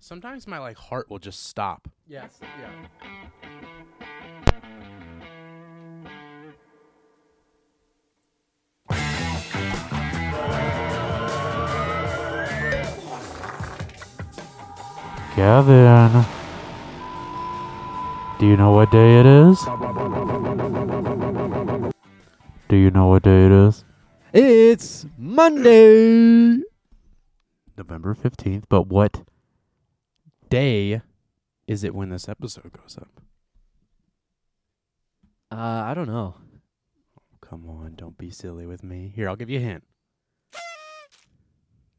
Sometimes my like heart will just stop. Yes. Yeah. Gavin. Do you know what day it is? Do you know what day it is? It's Monday. November 15th, but what? Day is it when this episode goes up? Uh, I don't know. Come on, don't be silly with me. Here, I'll give you a hint.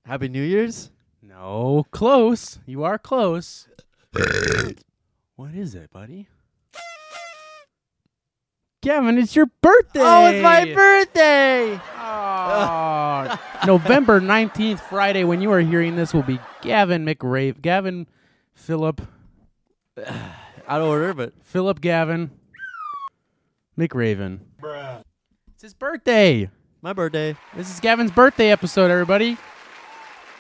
Happy New Year's. No, close. You are close. what is it, buddy? Gavin, it's your birthday. Oh, it's my birthday. Oh, November 19th, Friday, when you are hearing this, will be Gavin McRae. Gavin Philip. Out of order, but Philip Gavin McRaven. It's his birthday. my birthday. This is Gavin's birthday episode, everybody.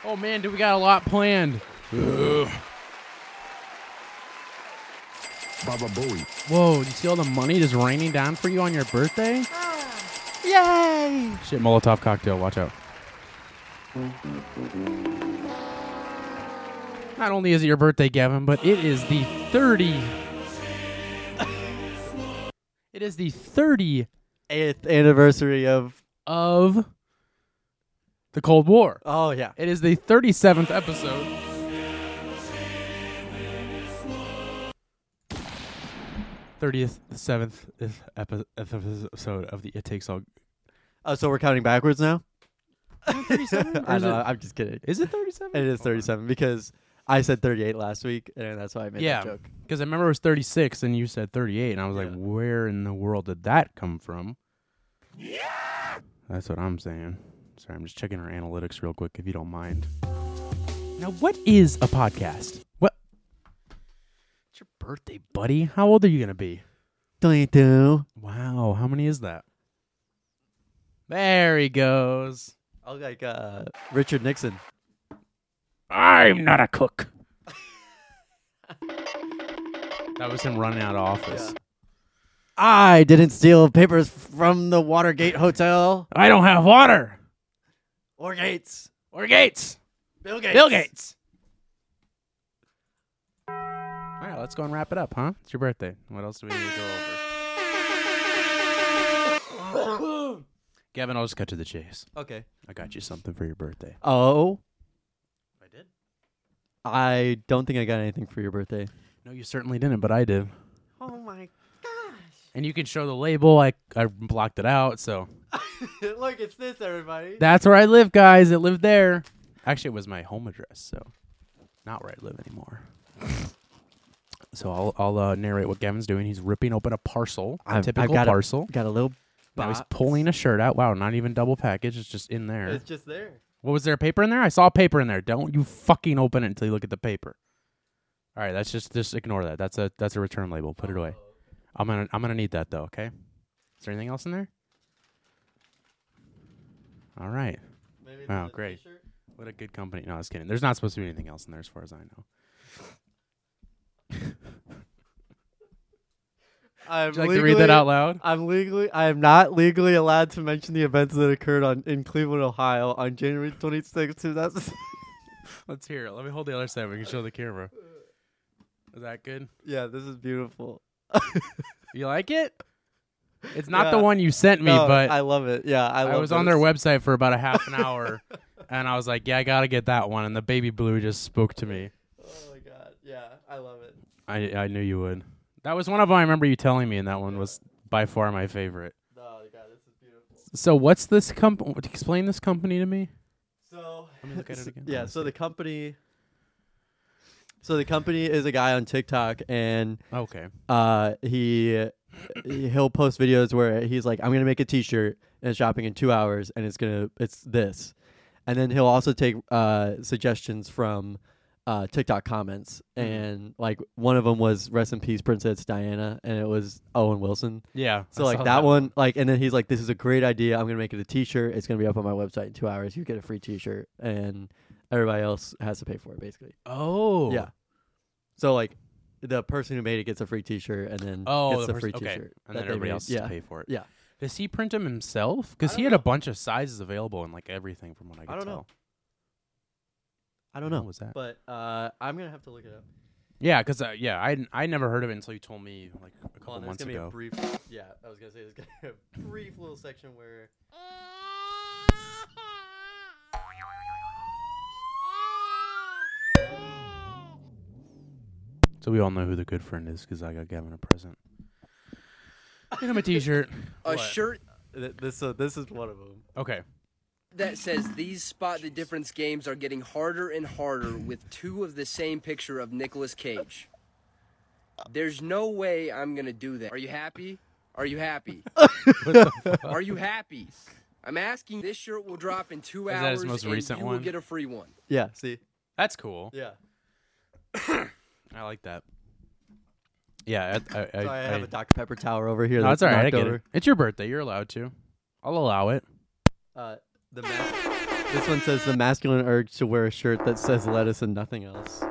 Oh, man, do we got a lot planned. Baba Bowie. Whoa, do you see all the money just raining down for you on your birthday? Yay! Shit, Molotov cocktail. Watch out. Not only is it your birthday, Gavin, but it is the 30. it is the 30 Eighth anniversary of. of the Cold War. Oh yeah. It is the 37th episode. Thirtieth, seventh episode of the It Takes All. Oh, so we're counting backwards now. Thirty-seven. I know. I'm just kidding. Is it thirty-seven? It is 37 because I said 38 last week, and that's why I made Yeah. that joke. Because I remember it was 36 and you said 38, and I was like, Yeah. where in the world did that come from? That's what I'm saying. Sorry, I'm just checking our analytics real quick if you don't mind. Now, what is a podcast? What? It's your birthday, buddy. How old are you going to be? 22. Wow, how many is that? There he goes. Oh, like uh, Richard Nixon. I'm not a cook. that was him running out of office. I didn't steal papers from the Watergate Hotel I don't have water. or Gates. Or Gates. Bill Gates. Bill Gates. All right, let's go and wrap it up, huh? It's your birthday. What else do we need to go over? Oh, Gavin, I'll just cut to the chase. Okay. I got you something for your birthday. Oh, I did? I don't think I got anything for your birthday. No, you certainly didn't, but I did. Oh my gosh. And you can show the label. I I blocked it out, so Look, it's this, everybody. that's where I live, guys. It lived there. Actually, it was my home address, so not where I live anymore. So I'll I'll uh, narrate what Gavin's doing. He's ripping open a parcel, a I've, typical I've got parcel. A, got a little. Now he's box. pulling a shirt out. Wow, not even double package. It's just in there. It's just there. what was there? Paper in there? I saw paper in there. Don't you fucking open it until you look at the paper. All right, that's just just ignore that. That's a that's a return label. Put it away. Oh. I'm gonna I'm gonna need that though. Okay. Is there anything else in there? All right. Maybe Oh, great. What a good company. No, I was kidding. There's not supposed to be anything else in there as far as I know. I'm Would you like to read that out loud? I'm legally I am not legally allowed to mention the events that occurred on in Cleveland, Ohio on January 26, 2000. Let's hear it. Let me hold the other side. We can show the camera. Is that good? yeah, this is beautiful. You like it? It's not the Yeah. one you sent me, No, but I love it. Yeah, I, I love was on this. their website for about a half an hour, and I was like, "Yeah, I gotta get that one." And the baby blue just spoke to me. Oh my god. Yeah, I love it. I I knew you would. That was one of them I remember you telling me, and that one was by far my favorite. Oh my god, this is beautiful. So what's this comp? Explain this company to me. So Let me look at it s- again. Yeah, Let's so see. the company So the company is a guy on TikTok, and Okay. uh, he he'll post videos where he's like, "I'm gonna make a T-shirt and it's dropping in two hours, and it's gonna it's this," and then he'll also take uh, suggestions from uh, TikTok comments, Mm-hmm. and like one of them was "Rest in peace, Princess Diana," and it was Owen Wilson. Yeah. So like that, one, like, and then he's like, "This is a great idea. I'm gonna make it a T-shirt. It's gonna be up on my website in two hours. You get a free T-shirt, and everybody else has to pay for it, basically." Oh. Yeah. So like, the person who made it gets a free T-shirt, and then Oh, gets the a free person- okay. T-shirt. And that then they everybody made. else has yeah. to pay for it. Yeah. Does he print them himself? Because I he don't had a bunch of sizes available and like everything from what I could don't tell. know. I don't What know, was that? but uh, I'm gonna have to look it up. Yeah, because uh, yeah, I didn't- I never heard of it until you told me like a couple Hold on, there's months gonna be a ago. brief. Yeah, I was gonna say there's gonna be a brief little section where. So we all know who the good friend is because I got Gavin a present. Get him a T-shirt. A What? shirt Th- This uh, this is one of them. Okay. that says these spot the difference games are getting harder and harder with two of the same picture of Nicolas Cage. There's no way I'm gonna do that. Are you happy? Are you happy? are you happy? I'm asking. This shirt will drop in two Is that hours, his most and recent you one? will get a free one. Yeah. See. That's cool. Yeah. I like that. Yeah, I, I, I, So I, have I- a Dr Pepper tower over here. No, it's that's all right. I knocked get over. it. It's your birthday. You're allowed to. I'll allow it. Uh, the mas- this one says the masculine urge to wear a shirt that says lettuce and nothing else.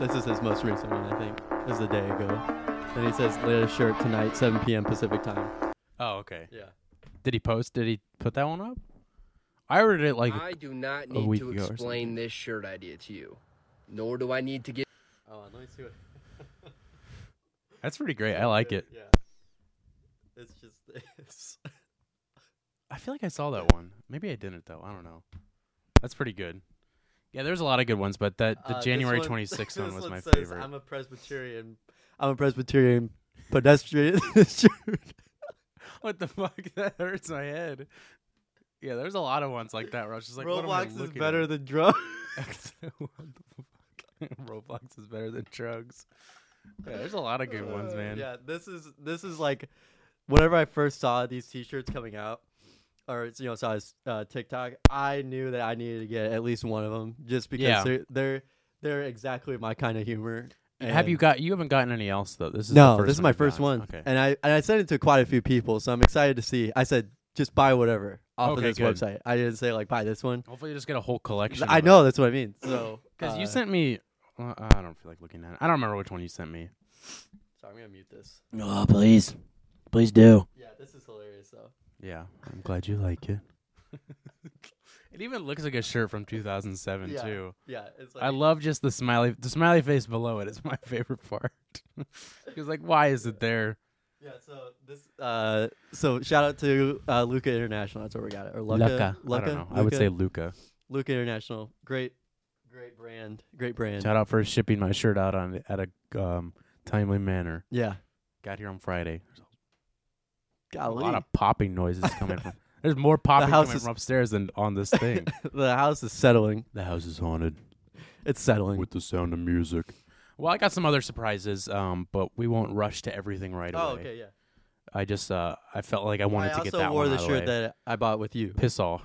This is his most recent one, I think. This is a day ago. And he says, latest shirt tonight, 7 p.m. Pacific time. Oh, okay. Yeah. Did he post? Did he put that one up? I ordered it like I do not a need week to ago or explain this shirt idea to you, nor do I need to get. Oh, let me see what. that's pretty great. I like it. Yeah. It's just this. I feel like I saw that one. Maybe I didn't though. I don't know. That's pretty good. Yeah, there's a lot of good ones, but Uh, that the January 26th one was my favorite. I'm a Presbyterian. I'm a Presbyterian pedestrian. shirt. what the fuck? That hurts my head. Yeah, there's a lot of ones like that where I was just like, what am I Roblox is looking better at? than drugs. what the fuck? Roblox is better than drugs. Yeah, there's a lot of good ones, Uh, man. Yeah, this is this is like whenever I first saw these t-shirts coming out or you know saw his uh, TikTok, I knew that I needed to get at least one of them just because Yeah. they're they're they're exactly my kind of humor. Have you and- got? You haven't gotten any else though. This is the No, first this is one my you've first gotten. one. Okay. And I and I sent it to quite a few people, so I'm excited to see. I said just buy whatever off Okay, of this good. website. I didn't say like buy this one. Hopefully, you just get a whole collection. I of know that's what I mean. So because you uh, sent me. well, I don't feel like looking at it. I don't remember which one you sent me. Sorry, I'm gonna mute this. Oh, please. Please do. Yeah, this is hilarious though. Yeah, I'm glad you like it. it even looks like a shirt from 2007 Yeah. too. Yeah, it's like I love just the smiley. The smiley face below it is my favorite part. Because like, why is it there? Yeah, so this uh so shout out to uh Luca International, that's where we got it. Or Luca. Luca. I don't know. I would say Luca? Luca. Luca International. Great great brand. Great brand. Shout out for shipping my shirt out on at a um, timely manner. Yeah. Got here on Friday. Golly. A lot of popping noises coming from. There's more popping house coming is- from upstairs than on this thing. the house is settling. The house is haunted It's settling. the sound of music. well, I got some other surprises, um, but we won't rush to everything right oh, away. okay, yeah. I just uh, I felt like I wanted I to also get that wore one the out of shirt way. that I bought with you. piss all.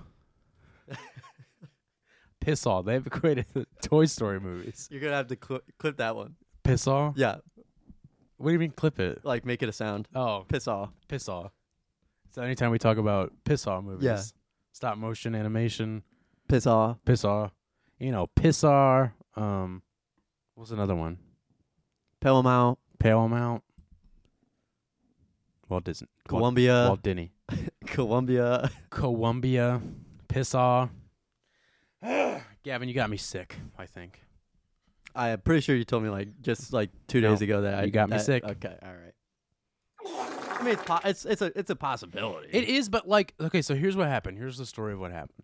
piss all. They've created Toy Story movies. You're gonna have to cl- clip that one. Piss all. Yeah, What do you mean clip it? like make it a sound. Oh, Piss off. piss all. So anytime we talk about piss all movies, Yeah. stop motion animation, Piss off. piss all. You know, Pissar. Um, what's another one? Pelham out. Paramount. Walt Disney. Walt, Columbia. Walt Disney. Columbia. Columbia. Pissar. Gavin, you got me sick. I think. I'm pretty sure you told me like just like two No, days ago that I you got me that- sick. Okay, all right. I mean, it's po- it's it's a it's a possibility. It is, but like, okay, so here's what happened. Here's the story of what happened.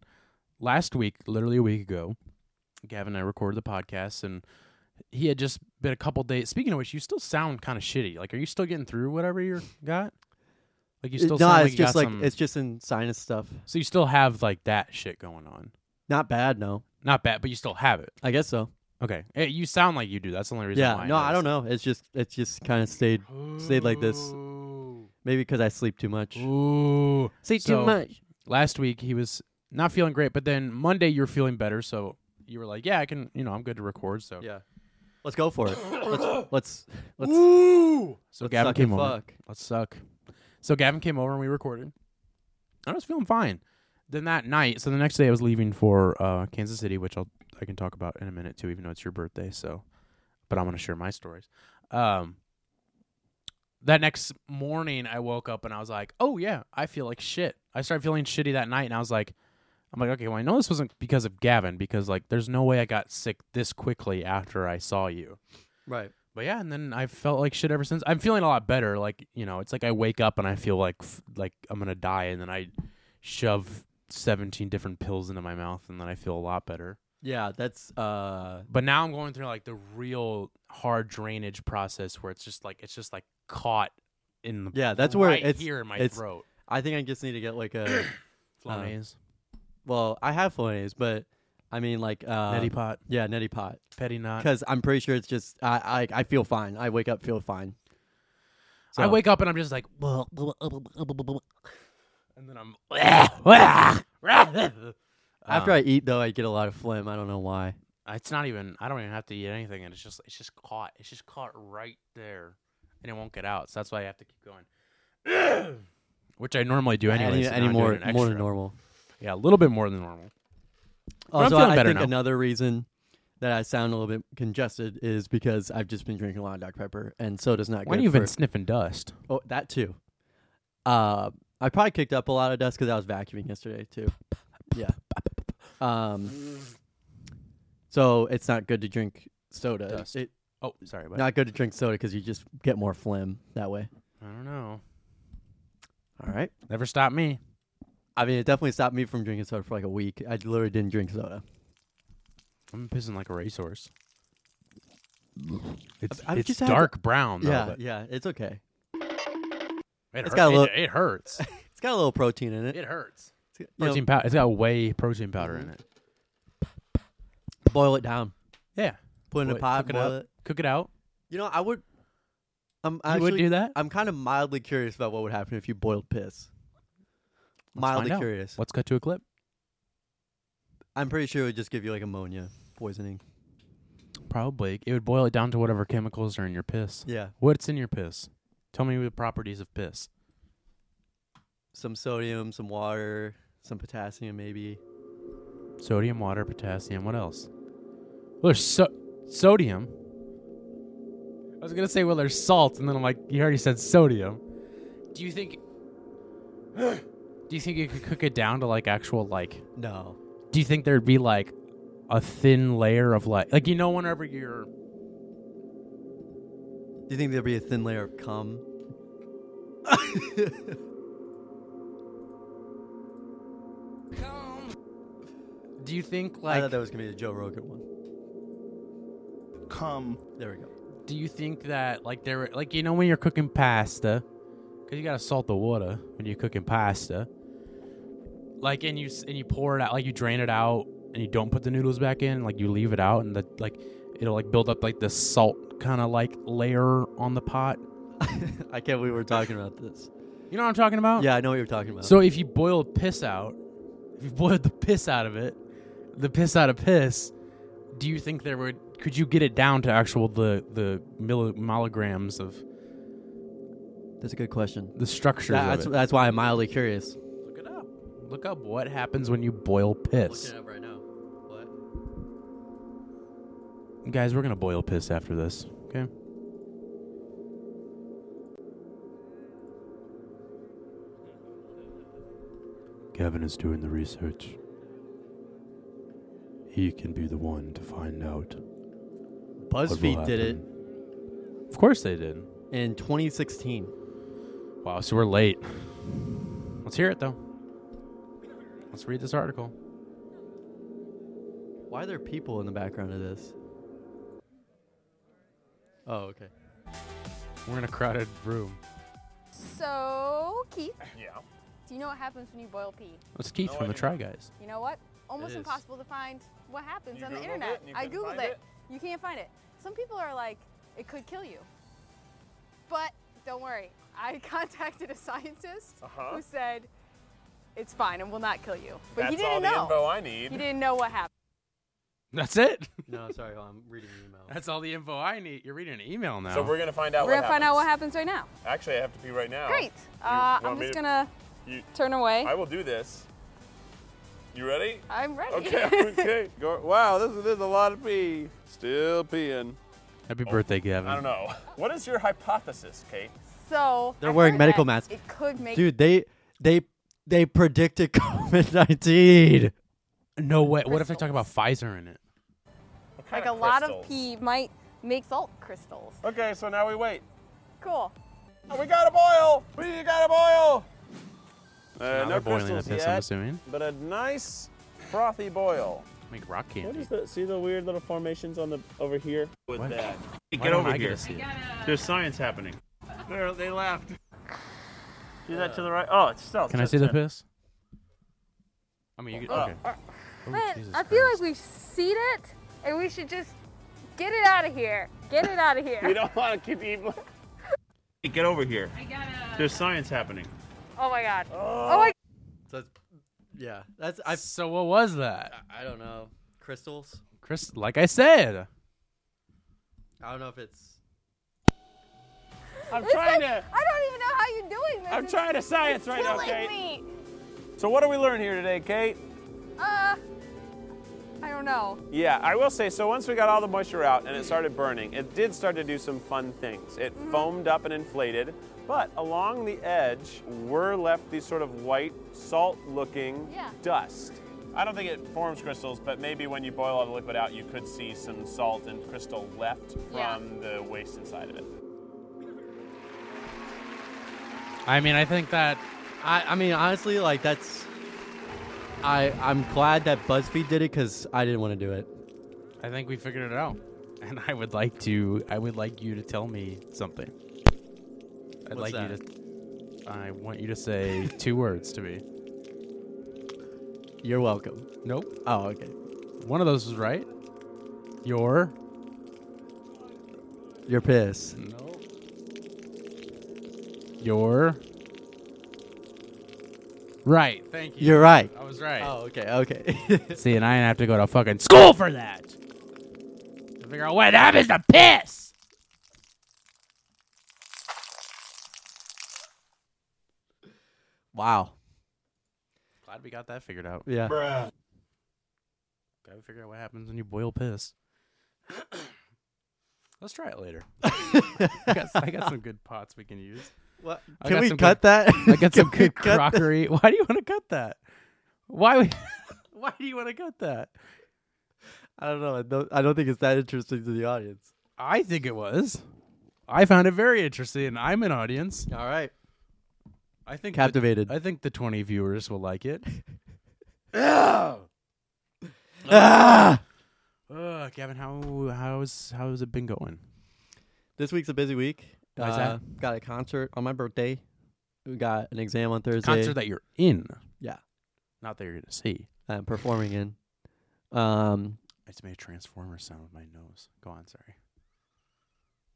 Last week, literally a week ago, Gavin and I recorded the podcast, and he had just been a couple days. Speaking of which, you still sound kind of shitty. Like, are you still getting through whatever you got? Like, you It- still no, sound it's like you just got like some- it's just in sinus stuff. so you still have like that shit going on. Not bad, no. Not bad, but you still have it. I guess so. Okay, Eh, you sound like you do. That's the only reason. Yeah, why no, I don't know. It's just it's just kind of stayed know. stayed like this. maybe because I sleep too much. Ooh. Sleep So, Last week he was not feeling great, but then Monday you were feeling better, so you were like, "Yeah, I can. You know, I'm good to record." So Yeah, let's go for it. Let's let's let's, Ooh. So let's Gavin suck and came over. fuck. Let's suck. So Gavin came over and we recorded. I was feeling fine. Then that night, so the next day I was leaving for uh, Kansas City, which I'll I can talk about in a minute too, even though it's your birthday. So, but I'm gonna share my stories. Um, that next morning I woke up and I was like, oh yeah, I feel like shit. I started feeling shitty that night, and I was like, I'm like, okay, well I know this wasn't because of Gavin, because like there's no way I got sick this quickly after I saw you. Right. But yeah, and then I felt like shit ever since. I'm feeling a lot better. Like you know, it's like I wake up and I feel like f- like I'm gonna die, and then I shove 17 different pills into my mouth, and then I feel a lot better. Yeah, that's uh But now I'm going through like the real hard drainage process where it's just like it's just like caught in the yeah, that's where right it's here in my it's- throat. I think I just need to get like a uh, Flonase, well, I have Flonase, but I mean like uh neti pot, Yeah, neti pot. petty knot. Because I'm pretty sure it's just I, I I feel fine. I wake up feel fine. I So- wake up and I'm just like, and then I'm. After Um, I eat though, I get a lot of phlegm. I don't know why. Uh, It's not even. I don't even have to eat anything, and it's just it's just caught. It's just caught right there, and it won't get out. So that's why I have to keep going. Which I normally do anyway. any, any more more than normal. Yeah, a little bit more than normal. But I'm Also, feeling I better think now. another reason that I sound a little bit congested is because I've just been drinking a lot of Dr Pepper, and soda's not When good. you've been for- sniffing dust, Oh, that too. Uh, I probably kicked up a lot of dust because I was vacuuming yesterday too. Yeah. Um. So it's not good to drink soda. Dust. uh, It- oh, sorry, but not good to drink soda because you just get more phlegm that way. I don't know. All right. Never stop me. I mean, it definitely stopped me from drinking soda for like a week. I literally didn't drink soda. I'm pissing like a racehorse. It's I've it's just had- dark brown though. yeah, but yeah, it's okay. it, it's hurt- got a it- little- it hurts. It's got a little protein in it. it hurts. It's- you know, Protein powder. It's got whey protein powder in it. boil it down. Yeah, Put it in Boil- a pot. cook it boil up. cook it out. You know, I would. I'm You actually, would do that. I'm kind of mildly curious about what would happen if you boiled piss. Let's mildly find out. curious. Let's cut to a clip. I'm pretty sure it would just give you like ammonia poisoning. Probably. It would boil it down to whatever chemicals are in your piss. Yeah, What's in your piss? Tell me the properties of piss. some sodium, some water, some potassium, maybe. Sodium, water, potassium. What else? Well, there's so- sodium. I was gonna say, well, there's salt, and then I'm like, you already said sodium. Do you think? do you think you could cook it down to like actual like? No. Do you think there'd be like a thin layer of like, like you know, whenever you're Do you think there'd be a thin layer of cum? do you think I like thought that was gonna be the Joe Rogan one. come There we go. Do you think that like there like you know when you're cooking pasta cuz you got to salt the water when you're cooking pasta like and you s- and you pour it out like you drain it out and you don't put the noodles back in like you leave it out and the like it'll like build up like this salt kind of like layer on the pot. I can't believe we're talking about this. You know what I'm talking about? Yeah, I know what you're talking about. So if you boil piss out, if you boiled the piss out of it, the piss out of piss, do you think there would could you get it down to actual the the milli, milligrams of that's a good question. the structure That- of that's it. that's why I'm mildly curious. Look it up. Look up what happens when you boil piss. up right now. What? Guys, we're gonna boil piss after this. Okay. Gavin is doing the research. He can be the one to find out. what will BuzzFeed did it happen. Of course they did. in 2016. Wow, so we're late. Let's hear it though. Let's read this article. Why are there people in the background of this? Oh, okay. We're in a crowded room. So, Keith. Yeah. Do you know what happens when you boil pee? That's Keith from the Try Guys. You know what? Almost is. impossible to find what happens You on the Googled internet. it and you I couldn't googled find it. it? You can't find it. Some people are like, it could kill you. But don't worry, I contacted a scientist Uh-huh. who said it's fine and will not kill you. But That's he didn't all the know. info I need. He didn't know what happened. That's it. No, sorry, hold on, I'm reading the email. That's all the info I need. You're reading an email now. So we're gonna find out. We're what gonna find out what happens. happens right now. Actually, I have to pee right now. Great. You Uh, want I'm me just to- gonna You, turn away. I will do this. You ready? I'm ready. Okay. Okay. Go, wow, this is, this is a lot of pee. Still peeing. Happy birthday, Gavin. I don't know. What is your hypothesis, Kate? so They're I wearing heard medical that masks. It could make Dude, they they they predicted COVID nineteen. No way. What if they talk about Pfizer in it? What kind like a lot of crystals? pee might make salt crystals. Okay, so now we wait. Cool. Oh, we got a boil. We got a boil. Uh, Now no they're boiling the crystals piss, yet, I'm assuming. but a nice frothy boil. Make rock What candy. is that? See the weird little formations on the over here. With What? that, Why don't I get to see it? There's science happening. There, they left. Do that to the right. Oh, it's still. Can I see the piss? I mean, you can. Okay. Oh, Jesus Uh, I feel Christ. like we've seen it and we should just get it out of here. Get it out of here. We don't want to keep eating. Get over here. I gotta... There's science happening. Oh my god. Oh my So that's, yeah, that's I- I so what was that, I don't know crystals. Chris? Like I said, I don't know if it's I'm It's like- I don't even know how you're doing this. I'm It's trying to science right now, killing me. Kate. So what do we learn here today, Kate? Uh, I don't know. Yeah, I will say, so once we got all the moisture out and it started burning, it did start to do some fun things. It Mm-hmm. foamed up and inflated, but along the edge were left these sort of white, salt looking Yeah. dust. I don't think it forms crystals, but maybe when you boil all the liquid out, you could see some salt and crystal left from Yeah. the waste inside of it. I mean, I think that I, I mean, honestly, like that's. I I'm glad that BuzzFeed did it because I didn't want to do it. I think we figured it out, and I would like to. I would like you to tell me something. I'd What's like you to. I want you to say two words to me. You're welcome. Nope. Oh, okay. One of those was right. Your. Your piss. No. Your. Right. Thank you. You're right. I was right. Oh, okay, okay. See, and I didn't have to go to fucking school for that. To figure out what happens to piss. wow. Glad we got that figured out. Yeah. Gotta figure out what happens when you boil piss. Let's try it later. I got, I got some good pots we can use. What? I Can got we some cut good- that? I got Can some we good cut that? crockery. Why do you want to cut that? Why? Would, why do you want to cut that? I don't know. I don't, I don't think it's that interesting to the audience. I think it was. I found it very interesting, and I'm an audience. All right. I think the- Captivated. I think the 20 viewers will like it. ah! Ugh, Gavin, how how's how's it been going? This week's a busy week. Uh, Why is that? Got a concert on my birthday. We got an exam on Thursday. Concert that you're in, yeah, not that you're gonna see. I'm performing in. Um, I just made a transformer sound with my nose. Go on, sorry.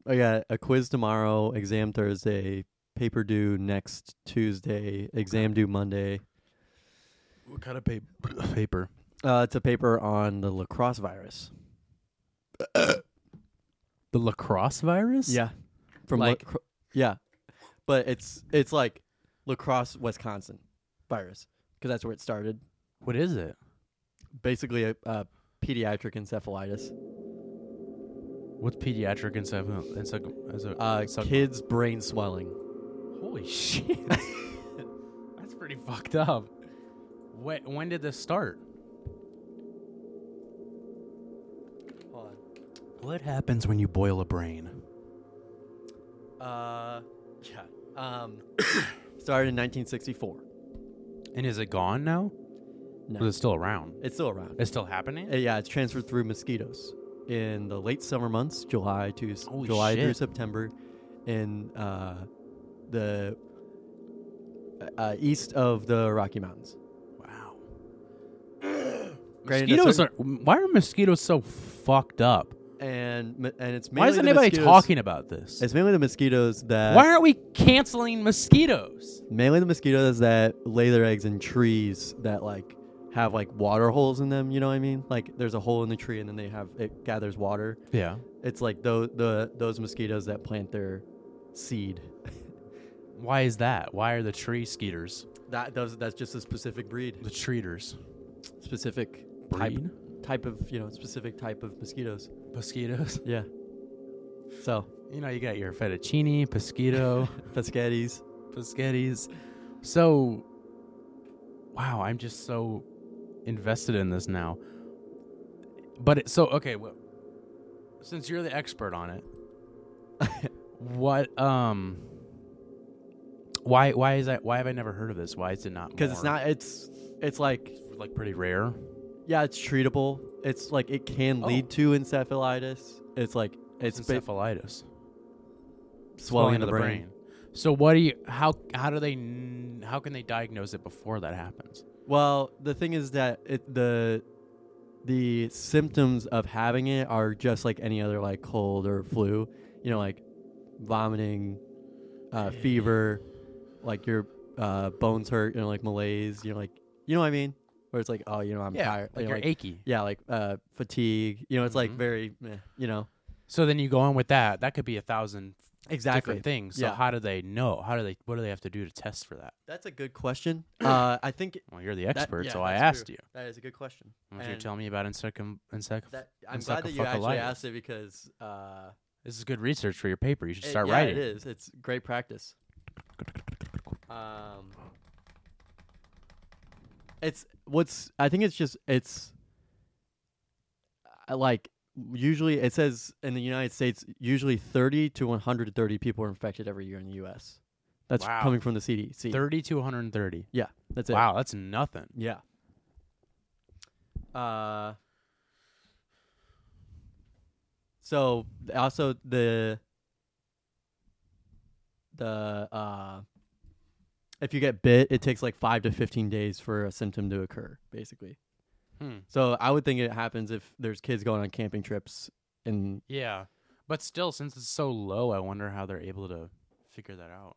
I got a quiz tomorrow, exam Thursday, paper due next Tuesday, exam due Monday. What kind of pa- paper? Uh, it's a paper on the lacrosse virus. The lacrosse virus? from Like- like, yeah, but it's it's like lacrosse, Wisconsin virus because that's where it started. What is it? Basically, a, a pediatric encephalitis. What's pediatric encephal- encephal- encephal- Uh, encephal- kids' brain swelling. Holy shit. That's pretty fucked up. When, when did this start? What happens when you boil a brain? Uh, yeah. Um, started in 1964. And is it gone now? No, Or is it still around? it's still around. It's still happening? Uh, yeah, it's transferred through mosquitoes in the late summer months, July to s- Holy July through shit. September, in uh, the uh, east of the Rocky Mountains. wow. Granted, mosquitoes that's are. Why are mosquitoes so fucked up? and m- and it's mainly Why isn't the anybody mosquitoes- talking about this? It's mainly the mosquitoes that Why aren't we canceling mosquitoes? mainly the mosquitoes that lay their eggs in trees that like have like water holes in them. You know what I mean? Like there's a hole in the tree and then they have it gathers water. Yeah. It's like those the those mosquitoes that plant their seed. Why is that? Why are the tree skeeters, That those that's just a specific breed, the treaters, specific breed type type of you know specific type of mosquitoes. mosquitoes? Yeah. So You know, you got your fettuccine, pesquito, pescatties. Paschettis. So, wow, I'm just so invested in this now. But it, so okay, well, since you're the expert on it, what um, why why is that? Why have I never heard of this? Why is it not? because it's more, not it's it's like like pretty rare. yeah it's treatable it's like it can Oh. lead to encephalitis it's like it's ba- encephalitis, swelling of the brain. So what do you? How how do they? kn- How can they diagnose it before that happens? well the thing is that it, the the symptoms of having it are just like any other like cold or flu you know like vomiting uh, fever like your uh, bones hurt you know like malaise you know like you know what i mean where it's like oh you know i'm tired you like know, you're like- achy. yeah like uh, fatigue you know it's like Mhm. very meh, you know So then you go on with that. That could be a thousand exactly different things. So Yeah. how do they know? How do they? What do they have to do to test for that? That's a good question. Uh, I think Well, you're the that- expert, yeah, so I that's asked true. you. That is a good question. Why don't you And tell me about insecum insect? that- I'm glad that you actually asked it because uh, This is good research for your paper. You should it- start yeah, writing. It is. It's great practice. Um, it's what's I think it's just it's uh, like usually it says in the United States usually 30 to 130 people are infected every year in the U.S. That's Wow. coming from the CDC. Thirty to 130. yeah, that's it. Wow, that's nothing. Yeah. Uh. So th- also the the uh, if you get bit, it takes like five to fifteen days for a symptom to occur, basically. Hmm. So I would think it happens if there's kids going on camping trips and Yeah, but still, since it's so low, I wonder how they're able to figure that out.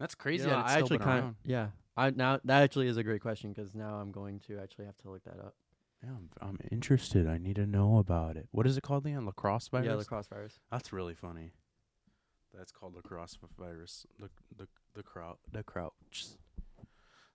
That's crazy. You know, that it's I still actually been kind of around. yeah. I now that actually is a great question because now I'm going to actually have to look that up. Yeah, I'm, I'm interested. I need to know about it. What is it called, Leon? Lacrosse virus. Yeah, the crossfires. That's really funny. That's called lacrosse vi- virus. The the the crou the crouch.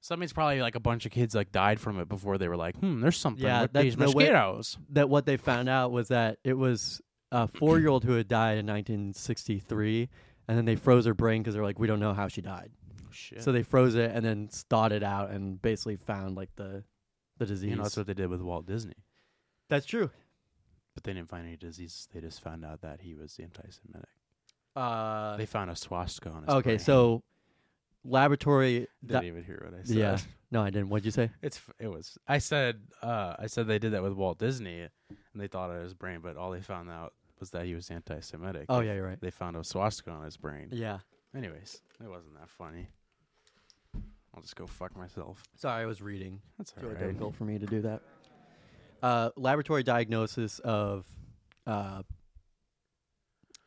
Somebody's probably like a bunch of kids like died from it before they were like, hmm, there's something Yeah, with that's these the way- mosquitoes. that what they found out was that it was a four year old who had died in 1963, and then they froze her brain because they're like, we don't know how she died. Oh, Shit. So they froze it and then thawed it out and basically found like the the disease. you know that's what they did with Walt Disney, That's true. but they didn't find any diseases. They just found out that he was anti-Semitic. Uh, They found a swastika on his. okay, brain. so laboratory. didn't di- even hear what I said. yeah, no, I didn't. What'd you say? It's f- it was. I said uh, I said they did that with Walt Disney, and they thought it was brain, but all they found out was that he was anti-Semitic. Oh They- yeah, you're right. They found a swastika on his brain. Yeah, Anyways, it wasn't that funny. I'll just go fuck myself. sorry, I was reading. That's It's really difficult for me to do that. Uh, laboratory diagnosis of uh,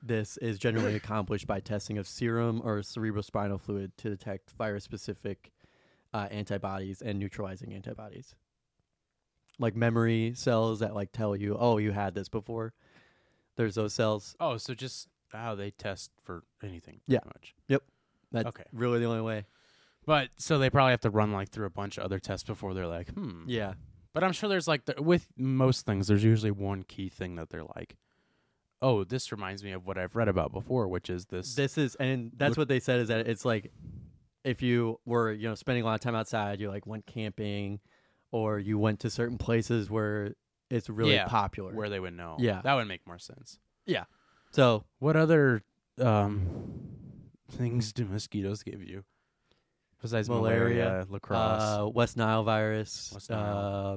this is generally accomplished by testing of serum or cerebrospinal fluid to detect virus-specific uh, antibodies and neutralizing antibodies, like memory cells that like tell you, "Oh, you had this before." There's those cells. Oh, so just how they test for anything, Yeah. pretty much. That's Okay. really the only way. But so they probably have to run like through a bunch of other tests before they're like, hmm. Yeah, But I'm sure there's like the, with most things, there's usually one key thing that they're like, oh, this reminds me of what I've read about before, which is this. this is, and that's what they said is that it's like if you were you know spending a lot of time outside you like went camping or you went to certain places where it's really Yeah, popular where they would know. Yeah. that would make more sense. so What other um things do mosquitoes give you besides malaria, Malaria, lacrosse? uh, west nile virus West Nile. uh,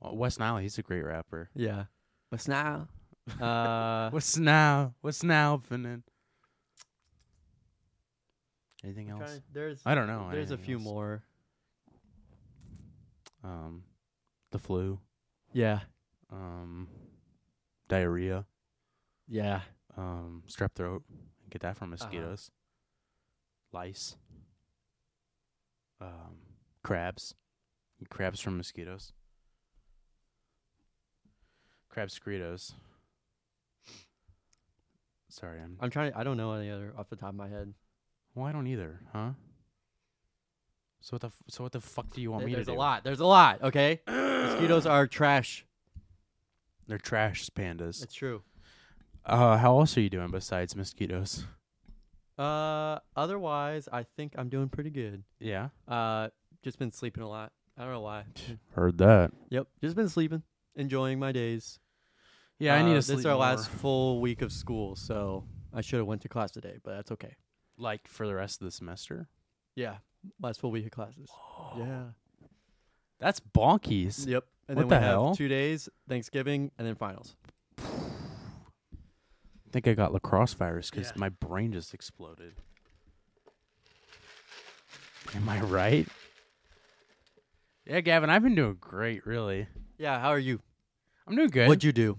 Well, West Nile, he's a great rapper. yeah west nile uh, What's now? What's now happening? Anything else? trying- there's I don't know. there's a anything few else. more Um, the flu. yeah Um, diarrhea, Yeah. Uh-huh. um, strep throat. Get that from mosquitoes, lice, um, crabs. Crabs from mosquitoes. Crab screetos. Sorry, I'm. I'm trying. I don't know any other off the top of my head. Well, I don't either, huh? So what the f- so what the fuck do you want There- me There's to a do? lot. There's a lot. Okay. Mosquitoes are trash. They're trash pandas. It's true. Uh, how else are you doing besides mosquitoes? Uh, otherwise, I think I'm doing pretty good. Yeah, Uh, just been sleeping a lot. I don't know why. heard that. yep. Just been sleeping, enjoying my days. Yeah, I Uh, need to This sleep is our more. last full week of school, so I should have went to class today, but that's okay. like for the rest of the semester. Yeah, last full week of classes. Yeah. That's bonkies. Yep. And then What the we hell? have two days, Thanksgiving, and then finals. I think I got lacrosse virus because my brain just exploded. Am I right? Yeah, Gavin, I've been doing great. Really, Yeah. How are you? I'm doing good. What'd you do?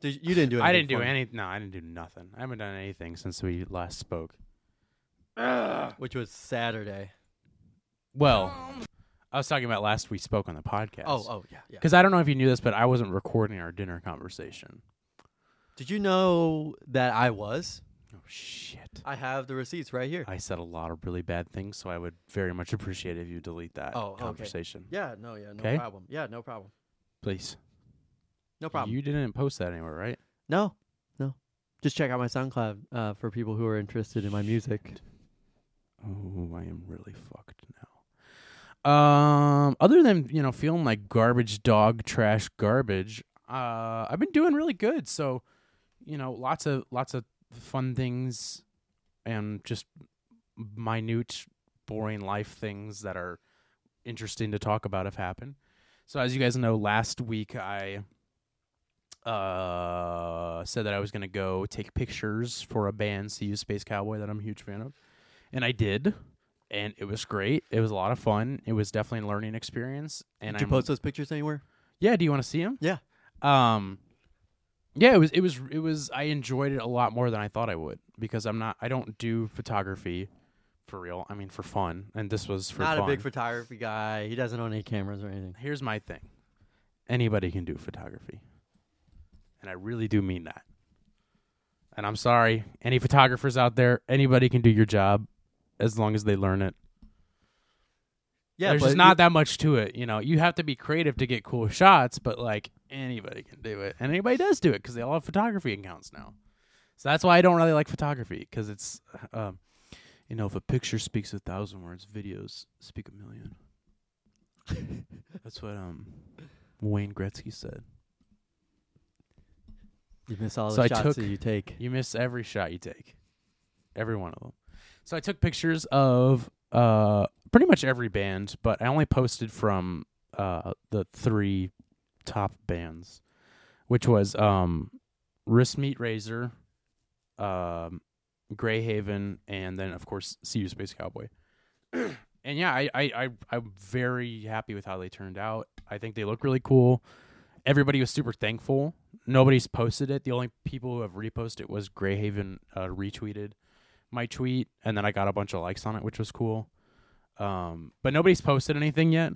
Did, you didn't do anything. I didn't do fun, any. No, I didn't do nothing. I haven't done anything since we last spoke. Which was Saturday. Well, I was talking about last we spoke on the podcast. Oh, oh, yeah, yeah. Because I don't know if you knew this, but I wasn't recording our dinner conversation. Did you know that I was? Oh shit! I have the receipts right here. I said a lot of really bad things, so I would very much appreciate if you delete that Oh, okay. conversation. yeah. No. Yeah. No 'Kay. problem. Yeah. No problem. Please. No problem. You didn't post that anywhere, right? no. No. Just check out my SoundCloud uh, for people who are interested in my music. Oh, I am really fucked now. Um, other than you know feeling like garbage dog trash garbage, uh, I've been doing really good. So, you know, lots of lots of fun things, and just minute, boring life things that are interesting to talk about have happened. So, as you guys know, last week I uh said that I was gonna go take pictures for a band, CU Space Cowboy, that I'm a huge fan of and I did, and it was great. It was a lot of fun. It was definitely a learning experience. And Did you I'm- post those pictures anywhere? Yeah. Do you want to see him? Yeah. Um. Yeah. It was. It was. It was. I enjoyed it a lot more than I thought I would because I'm not. I don't do photography for real. I mean, for fun. And this was for Not fun. a big photography guy. He doesn't own any cameras or anything. Here's my thing. Anybody can do photography, and I really do mean that. And I'm sorry, any photographers out there, anybody can do your job as long as they learn it. Yeah, there's but just you- not that much to it. You know, you have to be creative to get cool shots, but like anybody can do it, and anybody does do it because they all have photography accounts now. So that's why I don't really like photography because it's, um, you know, if a picture speaks a thousand words, videos speak a million. that's what um, Wayne Gretzky said. You miss all the So I shots took- that you take. You miss every shot you take, every one of them. So I took pictures of uh pretty much every band, but I only posted from uh the three top bands, which was um Wrist Meat Razor, um Grey Haven, and then of course CU Space Cowboy. and yeah, I, I I I'm very happy with how they turned out. I think they look really cool. Everybody was super thankful. Nobody's posted it. The only people who have reposted it was Greyhaven uh, retweeted my tweet, and then I got a bunch of likes on it, which was cool. Um, but nobody's posted anything yet.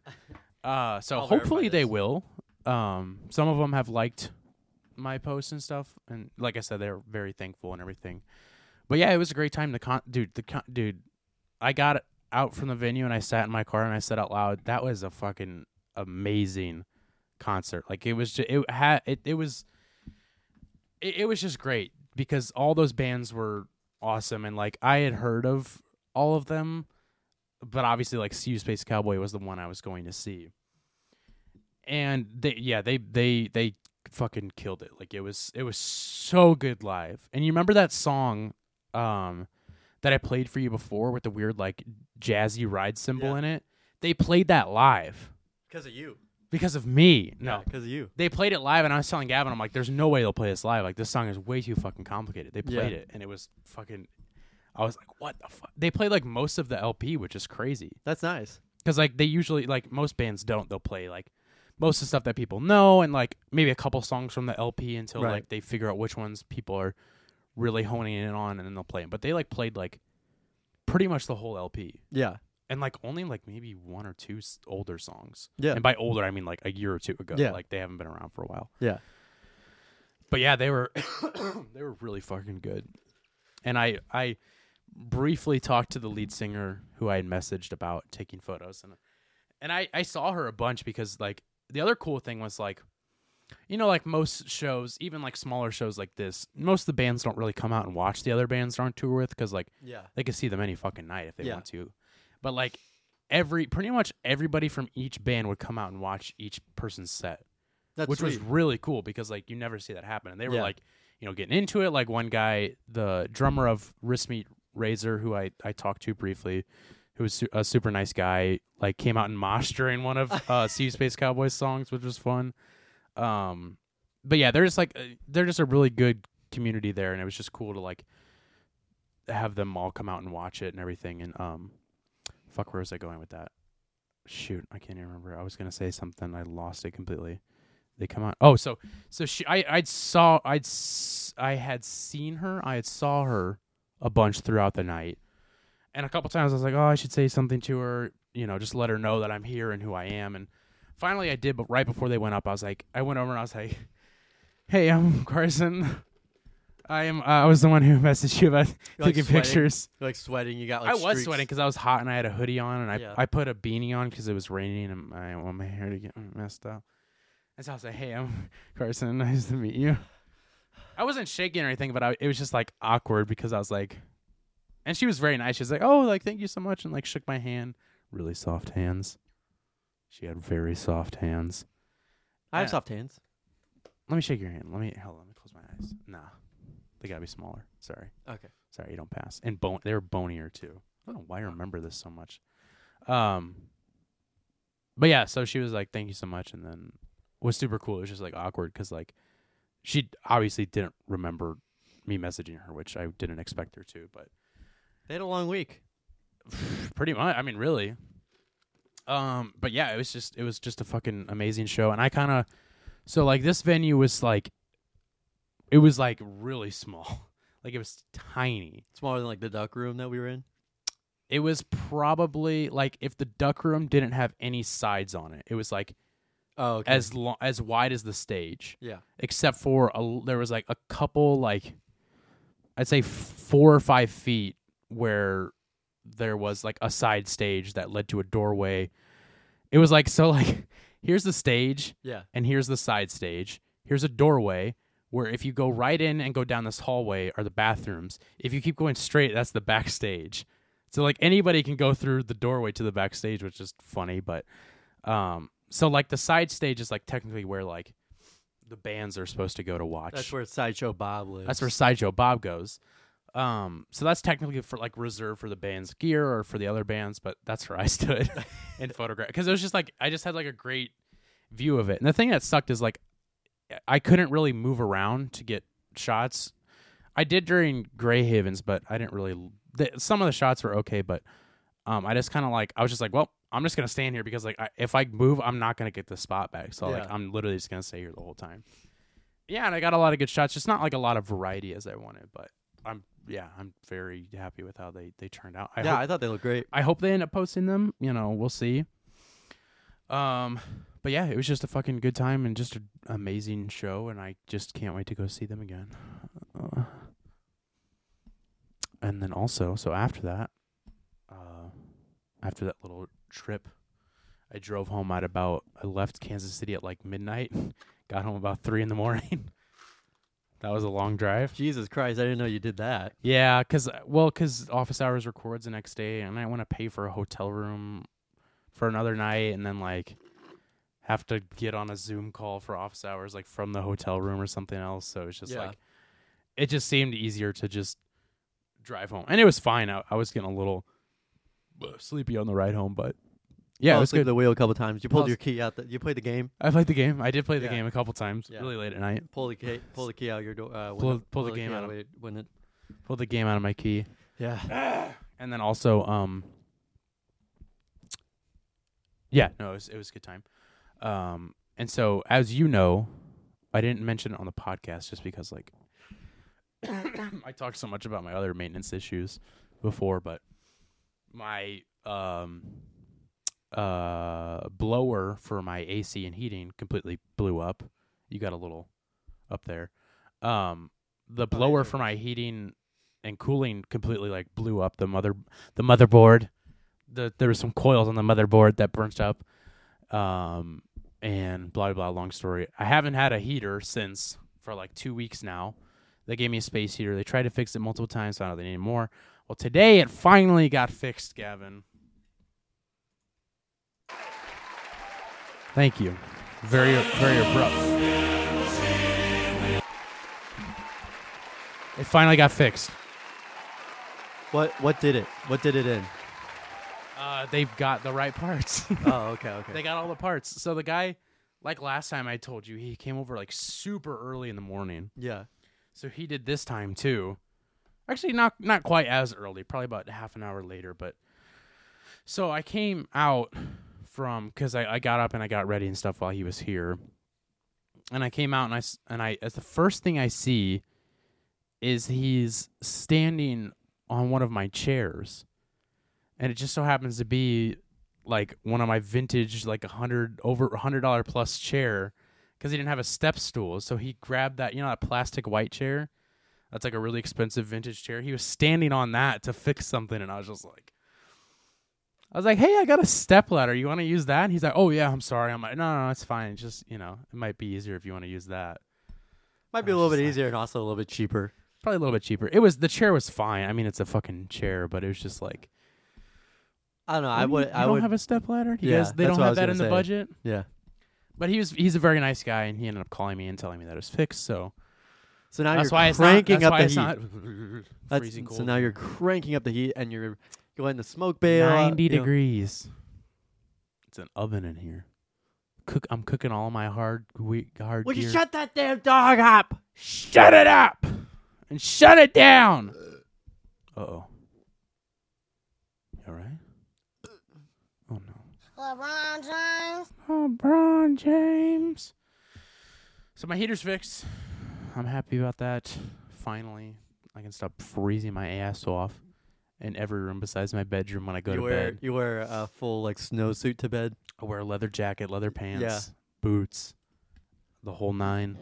Uh, so I'll verify hopefully they this. will. Um, some of them have liked my posts and stuff, and like I said, they're very thankful and everything. But yeah, it was a great time. The con, dude, the con, dude, I got out from the venue and I sat in my car and I said out loud, "That was a fucking amazing concert. Like it was, just, it had, it, it was, it, it was just great because all those bands were awesome and like I had heard of all of them, but obviously like CU Space Cowboy was the one I was going to see, and they, yeah, they, they, they fucking killed it. Like it was, it was so good live. And you remember that song, um, that I played for you before with the weird like jazzy ride cymbal Yeah. in it. They played that live Because of you. because of me. No, Because of you. they played it live, and I was telling Gavin, I'm like, there's no way they'll play this live. Like, this song is way too fucking complicated. They played Yeah. it, and it was fucking. I was like, what the fuck? They played like most of the LP, which is crazy. That's nice. Because, like, they usually, like, most bands don't. They'll play, like, most of the stuff that people know and like maybe a couple songs from the LP until Right. like they figure out which ones people are really honing in on and then they'll play 'em. But they like played like pretty much the whole LP Yeah. and like only like maybe one or two s- older songs. Yeah. And by older I mean like a year or two ago. Yeah. Like they haven't been around for a while. Yeah. But yeah, they were they were really fucking good. And I I briefly talked to the lead singer who I had messaged about taking photos and and I I saw her a bunch because like the other cool thing was like you know like most shows, even like smaller shows like this, most of the bands don't really come out and watch the other bands they're on tour with cuz like Yeah. they could see them any fucking night if they Yeah. want to. But like every pretty much everybody from each band would come out and watch each person's set That's which was sweet. really cool because like you never see that happen. And they were Yeah. like, you know, getting into it. Like one guy, the drummer of Wrist Meat Razor, who I I talked to briefly, who was su- a super nice guy, like came out and moshed during one of uh, Sea Space Cowboys songs, which was fun. Um, but yeah, they're just like uh, they're just a really good community there, and it was just cool to like have them all come out and watch it and everything. And um, fuck, where was I going with that? Shoot, I can't even remember. I was gonna say something, I lost it completely. They come out. Oh, so so she, I I saw I'd s- I had seen her. I had saw her a bunch throughout the night, and a couple times I was like, oh, I should say something to her. You know, just let her know that I'm here and who I am. And finally, I did. But right before they went up, I was like, I went over and I was like, Hey, I'm Carson. I am. Uh, I was the one who messaged you about like, taking sweating? pictures. You're, like sweating. You got like I was streaks. sweating because I was hot and I had a hoodie on and I, Yeah. I put a beanie on because it was raining and I didn't want my hair to get messed up. And so I was like, "Hey, I'm Carson. Nice to meet you." I wasn't shaking or anything, but I, it was just like awkward because I was like, and she was very nice. She was like, "Oh, like thank you so much," and like shook my hand. Really soft hands. She had very soft hands. I have Yeah. soft hands. Let me shake your hand. Let me hold on. Let me close my eyes. Nah, they gotta be smaller. Sorry. Okay. Sorry, you don't pass. And bone, they were bonier too. I don't know why I remember this so much. Um, but yeah, so she was like, "Thank you so much," and then was super cool. It was just like awkward because like she obviously didn't remember me messaging her, which I didn't expect her to. But They had a long week. pretty much, I mean, really. Um, but yeah, it was just it was just a fucking amazing show, and I kind of so like this venue was like it was like really small, like it was tiny. Smaller than like the duck room that we were in. it was probably like if the duck room didn't have any sides on it it was like Oh, okay. as long as wide as the stage yeah. except for a, there was like a couple like i'd say four or five feet where there was like a side stage that led to a doorway it was like so like here's the stage Yeah. and here's the side stage. Here's a doorway where if you go right in and go down this hallway are the bathrooms. If you keep going straight, that's the backstage. So like anybody can go through the doorway to the backstage, which is funny, but um so like the side stage is like technically where like the bands are supposed to go to watch. That's where Sideshow Bob lives. That's where Sideshow Bob goes. Um, so that's technically for like reserved for the band's gear or for the other bands, but that's where I stood in photograph because it was just like I just had like a great view of it. And the thing that sucked is like I couldn't really move around to get shots. I did during Grey Havens, but I didn't really. The, some of the shots were okay, but um, I just kind of like I was just like, well, I'm just gonna stand here because like I, if I move, I'm not gonna get the spot back. So like Yeah. I'm literally just gonna stay here the whole time. Yeah, and I got a lot of good shots. Just not like a lot of variety as I wanted, but I'm yeah, I'm very happy with how they they turned out. I yeah, hope- I thought they looked great. I hope they end up posting them. You know, we'll see. Um, but yeah, it was just a fucking good time and just an amazing show, and I just can't wait to go see them again. Uh, and then also, so after that, uh, after that little trip, I drove home at about. I left Kansas City at like midnight, got home about three in the morning. that was a long drive. Jesus Christ, I didn't know you did that. Yeah, cause uh, well, cause office hours records the next day, and I want to pay for a hotel room for another night, and then like have to get on a Zoom call for office hours, like from the hotel room or something else. So it's just Yeah. like it just seemed easier to just drive home, and it was fine. I, I was getting a little uh, sleepy on the ride home, but yeah, Fell it was asleep at good. the wheel a couple times. You pulled Plus- your key out. The, you played the game. I played the game. I did play the Yeah. game a couple times, Yeah. really late at night. Pull the key. Pull the key out your door. Uh, Pull- window- pull the game key out of- when it, when it. Pulled the game out of my key. Yeah. and then also um yeah no it was, it was a good time um And so, as you know, I didn't mention it on the podcast just because, like, I talked so much about my other maintenance issues before, but my um uh blower for my AC and heating completely blew up. You got a little up there. Um the blower for my heating and cooling completely like blew up the mother the motherboard. The there was some coils on the motherboard that burnt up. Um and blah blah long story. I haven't had a heater since for like 2 weeks now. They gave me a space heater. They tried to fix it multiple times, found out they needed more. Well, today it finally got fixed, Gavin. Thank you. Very, very abrupt. It finally got fixed. What what did it? What did it in? Uh, they've got the right parts. oh, okay, okay. They got all the parts. So the guy, like last time I told you, he came over like super early in the morning. Yeah. So he did this time too actually not not quite as early probably about half an hour later but so i came out from because I, I got up and i got ready and stuff while he was here and i came out and i and i as the first thing i see is he's standing on one of my chairs and it just so happens to be like one of my vintage like a hundred over a hundred dollar plus chair because he didn't have a step stool so he grabbed that you know that plastic white chair that's like a really expensive vintage chair. He was standing on that to fix something, and I was just like, I was like, hey, I got a step ladder. You want to use that? And he's like, oh yeah, I'm sorry. I'm like, no, no, no it's fine. It's just you know, it might be easier if you want to use that. Might be a little bit like, easier and also a little bit cheaper. Probably a little bit cheaper. It was the chair was fine. I mean, it's a fucking chair, but it was just like. I don't know. I would. You I don't would, have a step ladder. You yeah, guys, they don't have that in say. the budget. Yeah. But he was—he's a very nice guy, and he ended up calling me and telling me that it was fixed. So so now that's you're why cranking it's not, up that's the why heat. it's Not That's- freezing cold. So now you're cranking up the heat and you're going to smoke bail. out, 90 you know. degrees. It's an oven in here. Cook. I'm cooking all my hard wheat, hard. Would you gear. shut that damn dog up? Shut it up and shut it down. Uh oh. All right. Oh no. LeBron James. LeBron Oh, James. So my heater's fixed. I'm happy about that. Finally, I can stop freezing my ass off in every room besides my bedroom when I go you to wear bed. you wear a full like snowsuit to bed. I wear a leather jacket, leather pants, boots, the whole nine.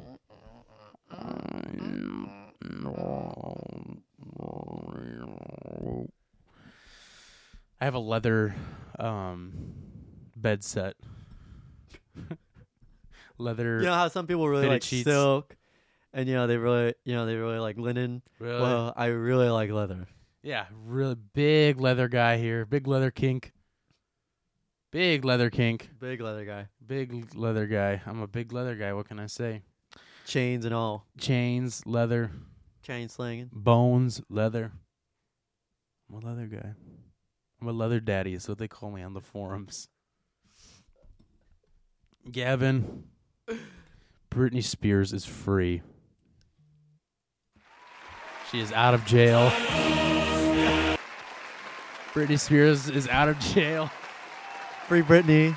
I have a leather um, bed set. leather. You know how some people really Fitted like sheets. silk, and you know they really you know they really like linen. Really? Well, I really like leather. Yeah, really big leather guy here. Big leather kink. Big leather kink. Big leather guy, Big leather guy. I'm a big leather guy. What can I say? chains and all, Chains, leather, chain slinging. bones, leather. I'm a leather guy. I'm a leather daddy, is what they call me on the forums. Gavin, Britney Spears is free. She is out of jail. Britney Spears is out of jail. Free Britney.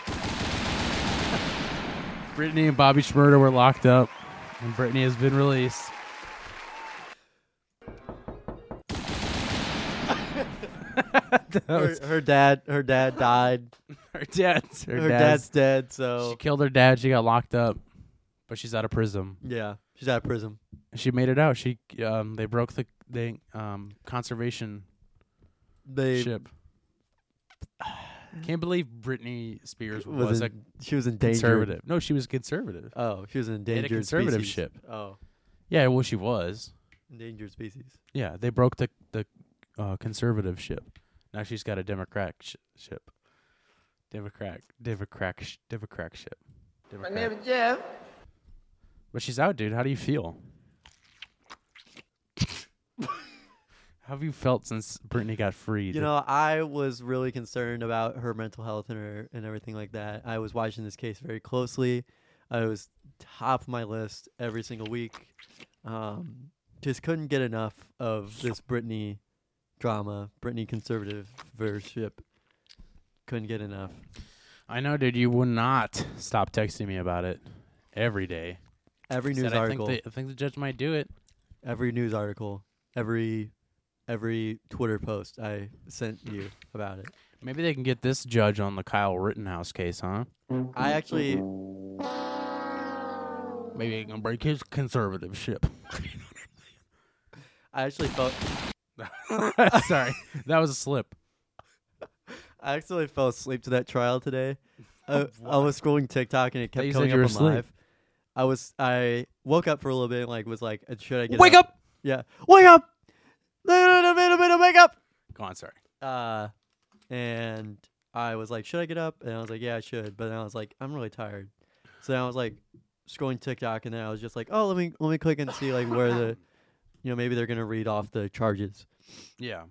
Brittany and Bobby Schmurda were locked up, and Brittany has been released. That Her, was- her dad, her dad died. her dad's her, Her, dad's, dad's, dead. She So killed her dad. She got locked up, but she's out of prison. yeah, she's out of prison. She made it out. She um they broke the they um conservation They ship. Can't believe Britney Spears was, was, a in, she was endangered. conservative. No, she was conservative. Oh, she was an had a endangered conservative species. ship. Oh, Yeah, well, she was. endangered species. Yeah, they broke the the uh, conservative ship. Now she's got a Democrat sh- ship. Democrat, Democrat, sh- Democrat ship. Democrat. But she's out, dude. How do you feel? How have you felt since Brittany got freed? You know, I was really concerned about her mental health and her and everything like that. I was watching this case very closely. I was top of my list every single week. Um, just couldn't get enough of this Britney drama, Britney conservative vership. Couldn't get enough. I know, dude. You would not stop texting me about it every day. Every news Said, I think, article, the, I think the judge might do it. every news article, every every Twitter post I sent you about it. Maybe they can get this judge on the Kyle Rittenhouse case, huh? I actually Maybe they can break his conservative ship. I actually felt Sorry, that was a slip. I actually fell asleep to that trial today. I, I was scrolling TikTok and it you kept said coming you up were on asleep. live. I was I woke up for a little bit and like was like, should I get Wake up! Yeah, wake up! No, no, no, no, no, no, wake up! Go on, sorry. Uh, and I was like, should I get up? And I was like, yeah, I should. But then I was like, I'm really tired. So then I was like scrolling TikTok and then I was just like, oh, let me let me click and see like where the, you know, maybe they're gonna read off the charges. Yeah.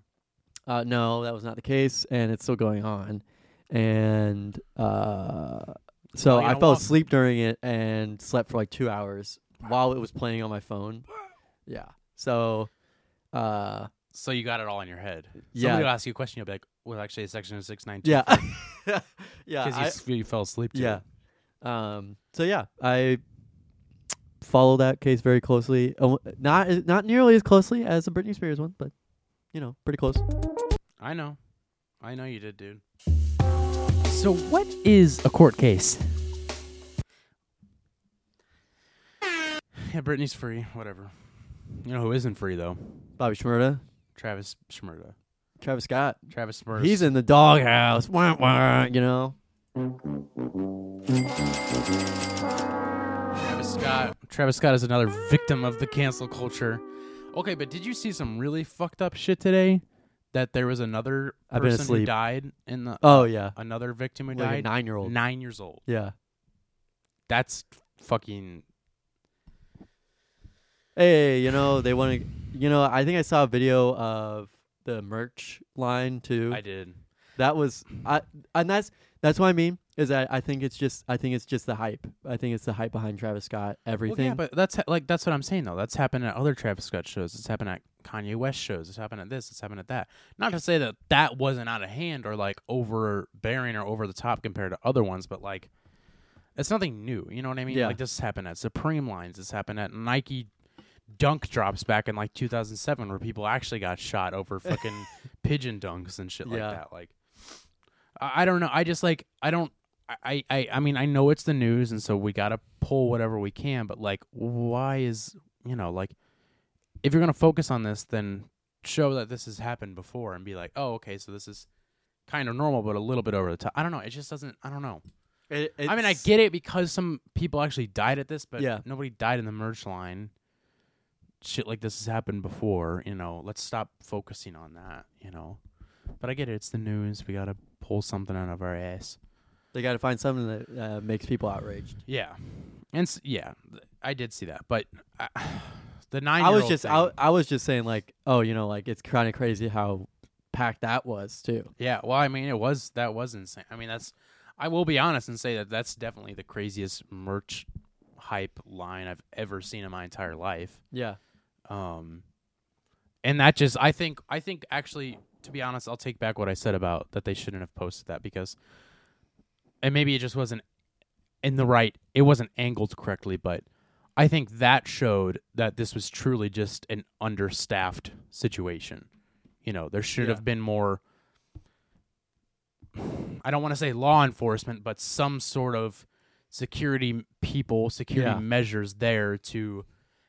Uh, no, that was not the case, and it's still going on. And uh, so Well, you I know fell what? asleep during it and slept for like two hours while it was playing on my phone. Yeah. So, uh, So you got it all in your head. Yeah. Somebody will ask you a question. You'll be like, "Well, actually, it's section six nineteen. yeah, yeah, because you, I- s- you fell asleep. To yeah. it. Um. So yeah, I follow that case very closely. Uh, Not not nearly as closely as the Britney Spears one, but you know, pretty close. I know. I know you did, dude. So, what is a court case? Yeah, Brittany's free. Whatever. You know who isn't free though? Bobby Shmurda, Travis Schmurda. Travis Scott. Travis Schmurda. He's in the doghouse. Wah, wah, you know. Travis Scott. Travis Scott is another victim of the cancel culture. Okay, but did you see some really fucked up shit today? That there was another I've been person who asleep. died in the uh, Oh yeah, another victim who like a died nine year old. nine years old. Yeah. That's fucking Hey, you know they want to. You know, I think I saw a video of the merch line too. I did. that was I, and that's that's what I mean is that I think it's just I think it's just the hype. I think it's the hype behind Travis Scott. Everything. Well, yeah, but that's ha- like that's what I'm saying though. That's happened at other Travis Scott shows. It's happened at Kanye West shows. It's happened at this. It's happened at that. Not to say that that wasn't out of hand or like overbearing or over the top compared to other ones, but like it's nothing new. You know what I mean? Yeah. Like this happened at Supreme lines. This happened at Nike dunk drops back in like 2007 where people actually got shot over fucking pigeon dunks and shit like Yeah. that like I, I don't know i just like i don't I, I i mean i know it's the news and so we gotta pull whatever we can but like why is you know like if you're gonna focus on this then show that this has happened before and be like oh okay so this is kind of normal but a little bit over the top i don't know it just doesn't i don't know It- I mean, I it's- get it because some people actually died at this, but Yeah. nobody died in the merch line. Shit like this has happened before, you know. Let's stop focusing on that, you know. But I get it. It's the news. We gotta pull something out of our ass. They got to find something that uh, makes people outraged. Yeah, and s- yeah, th- I did see that, but I, the nine. I was just I, I was just saying like oh you know like it's kind of crazy how packed that was too. Yeah, well, I mean, it was that was insane. I mean, that's I will be honest and say that that's definitely the craziest merch hype line I've ever seen in my entire life. Yeah. um and that just i think i think actually to be honest i'll take back what i said about that they shouldn't have posted that because and maybe it just wasn't in the right it wasn't angled correctly but i think that showed that this was truly just an understaffed situation you know there should Yeah. have been more i don't want to say law enforcement but some sort of security m- people security Yeah. measures there to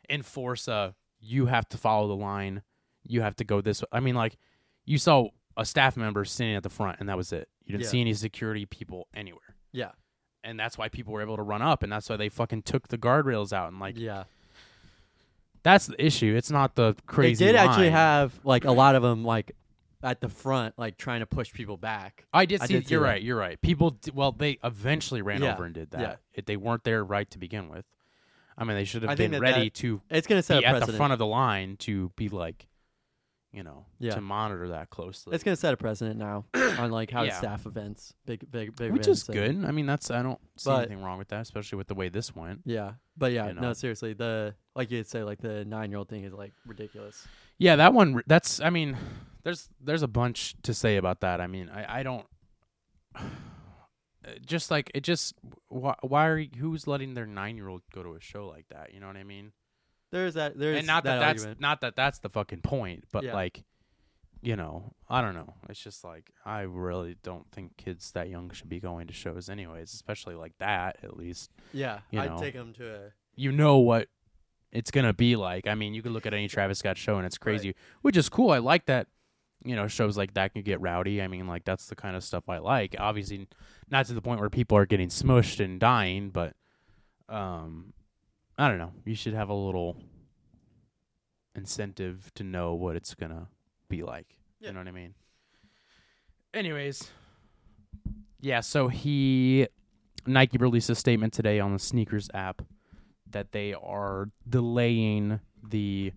enforce a you have to follow the line you have to go this way i mean like you saw a staff member sitting at the front and that was it you didn't Yeah. see any security people anywhere Yeah. and that's why people were able to run up and that's why they fucking took the guardrails out and like Yeah. that's the issue it's not the crazy They did actually line. have like a lot of them like at the front like trying to push people back. I did I see. did see you're that. right. You're right. People. d- Well, they eventually ran Yeah, over and did that. yeah. It, they weren't there right to begin with. I mean, they should have I been think that ready that to It's gonna be set a at precedent. the front of the line to be like, you know, Yeah. to monitor that closely, it's gonna set a precedent now on like how Yeah. to staff events, big big big which is events. and- good. I mean, that's I don't see But- anything wrong with that, especially with the way this went. Yeah, but yeah, You know. no, seriously, the like you'd say like the nine year old thing is like ridiculous. Yeah, that one. re- That's. I mean, there's there's a bunch to say about that. I mean, I I don't. just like it just why, why are you, who's letting their nine year old go to a show like that? You know what I mean? There's that. There's and not that, that that's argument. not that that's the fucking point, but Yeah. like, you know, I don't know. It's just like I really don't think kids that young should be going to shows, anyways, especially like that. At least yeah. you I'd know. take him to uh, a you know what it's gonna be like. I mean, you can look at any Travis Scott show and it's crazy, which is cool. I like that. You know, shows like that can get rowdy. I mean, like that's the kind of stuff I like. Obviously, not to the point where people are getting smushed and dying, but um, I don't know. You should have a little incentive to know what it's gonna be like. Yeah. You know what I mean? Anyways, yeah. So he Nike released a statement today on the sneakers app that they are delaying the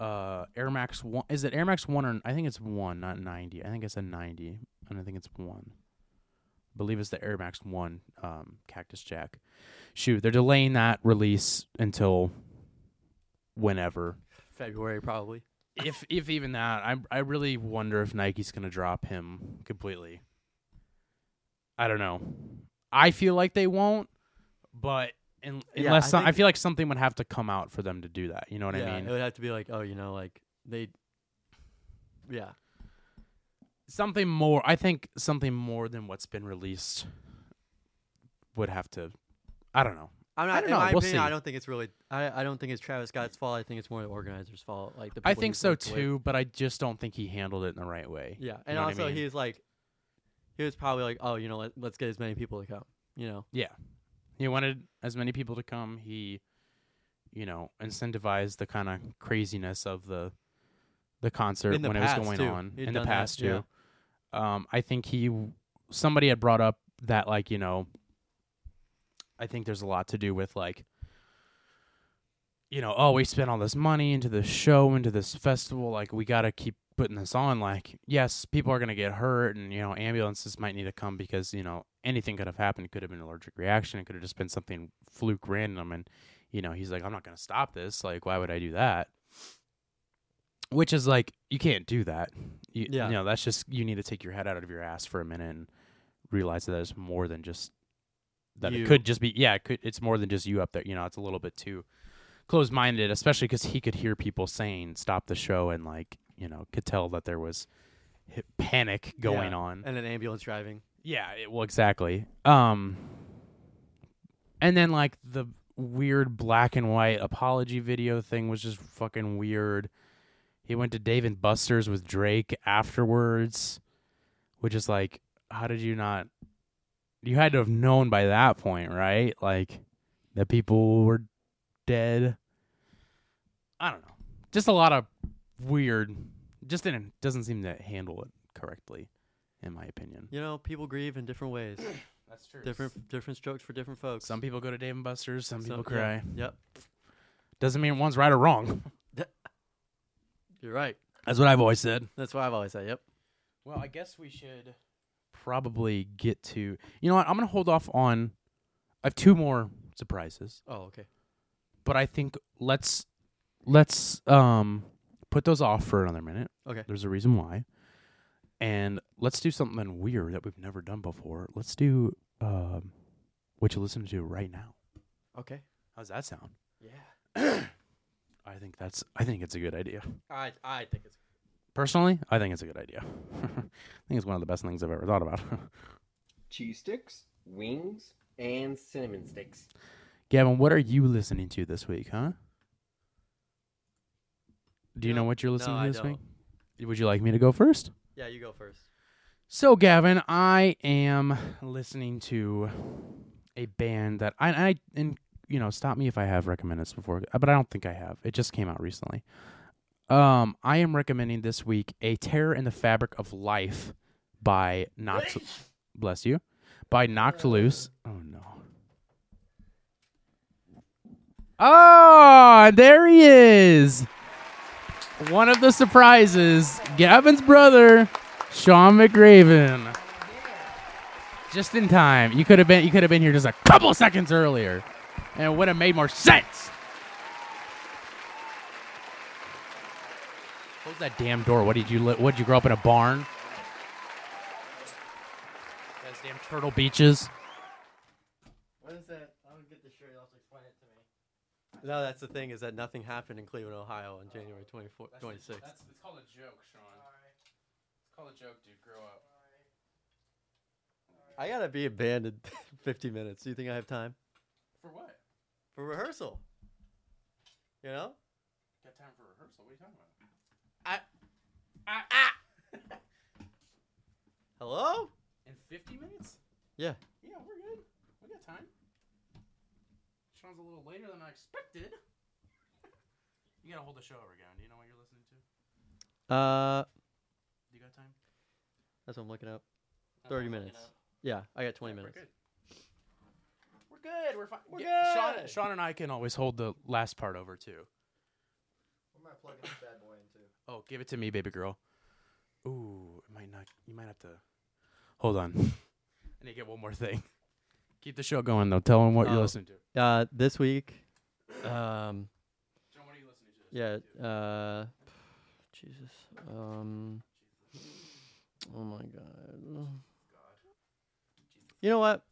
uh Air Max one. Is it Air Max one or I think it's one, not ninety. I think it's a ninety, and I think it's one. I believe it's the Air Max one um, Cactus Jack shoe. They're delaying that release until whenever, February probably. if if even that. I I really wonder if Nike's gonna drop him completely. I don't know. I feel like they won't, but. In, Yeah, unless I some, I think- feel like something would have to come out for them to do that. You know what yeah, I mean? it would have to be like, oh, you know, like they. Yeah. something more i think something more than what's been released would have to i don't know I'm not, I in don't know, my we'll opinion, see. I don't think it's really. I, I don't think it's Travis Scott's fault. I think it's more the organizer's fault. Like the i people think he's so worked with. too but i just don't think he handled it in the right way Yeah, You and know what I also mean? he's like, he was probably like, oh, you know, let, let's get as many people to come. You know, yeah he wanted as many people to come he you know incentivized the kind of craziness of the the concert In the when it past, was going too. on He'd in the done that, past yeah. too um i think he w- somebody had brought up that like you know i think there's a lot to do with like you know, oh, we spent all this money into this show, into this festival. Like, we got to keep putting this on. Like, yes, people are going to get hurt, and, you know, ambulances might need to come because, you know, anything could have happened. It could have been an allergic reaction. It could have just been something fluke random. And, you know, he's like, I'm not going to stop this. Like, why would I do that? Which is like, you can't do that. You, Yeah. you know, that's just, you need to take your head out of your ass for a minute and realize that there's more than just, that You. it could just be, yeah, it could, it's more than just you up there. You know, it's a little bit too closed minded, especially because he could hear people saying "stop the show" and like you know could tell that there was hi- panic going Yeah, on. and an ambulance driving. Yeah, it, well, exactly. Um, and then like the weird black and white apology video thing was just fucking weird. He went to Dave and Buster's with Drake afterwards, which is like, how did you not? You had to have known by that point, right? Like that people were dead. I don't know. Just a lot of weird. Just didn't doesn't seem to handle it correctly, in my opinion. You know, people grieve in different ways. That's true. different different strokes for different folks. Some people go to Dave and Buster's. Some people Some- cry. yeah, Yep, Doesn't mean one's right or wrong. you're right. That's what I've always said. That's why I've always said, yep. Well, I guess we should probably get to. You know what? I'm gonna hold off on. I have two more surprises, Oh, okay. but I think let's let's um put those off for another minute. Okay. There's a reason why. And let's do something weird that we've never done before. Let's do um what you listen to right now. Okay. How does that sound? Yeah. I think that's I think it's a good idea. I I think it's Personally, I think it's a good idea. I think it's one of the best things I've ever thought about. cheese sticks, wings, and cinnamon sticks. Gavin, what are you listening to this week, huh? Do you No, know what you're no, listening I to this week? Would you like me to go first? Yeah, you go first. So, Gavin, I am listening to a band that I, I and you know, stop me if I have recommended this before, but I don't think I have. It just came out recently. Um, I am recommending this week "A Terror in the Fabric of Life" by Knocked. bless you, by Knocked Loose. Oh no. Ah, there he is. One of the surprises, Gavin's brother. Sean McRaven. Just in time. You could have been you could have been here just a couple seconds earlier. And it would have made more sense. Close that damn door. What did you li- what did you grow up in a barn? That's Damn turtle Oh, beaches. What is that? I don't get the shirt. You'll have to explain it to me. No, that's the thing is that nothing happened in Cleveland, Ohio on January 24th, 26th. it's called a joke, Sean. It's called a joke, dude. Grow up. I gotta be abandoned 50 minutes. Do you think I have time For what? for rehearsal? You know, Got time for rehearsal? What are you talking about? Ah, hello. In 50 minutes? Yeah. Yeah, we're good. We got time. Sean's a little later than I expected. you gotta hold the show over, Gavin. Do you know what you're listening to? Uh, Do you got time? that's what I'm looking up. 30 minutes. Yeah, I got 20 minutes. We're good. We're fine. We're Sean, good. Sean and I can always hold the last part over too. What am I plugging this bad boy into? Oh, give it to me, baby girl. Ooh, it might not. You might have to. Hold on. I need to get one more thing. Keep the show going though. Tell them what you're Oh. listening to. Uh, this week, um, Sean, what are you listening to? yeah, uh, Jesus, um, oh my God. You know what?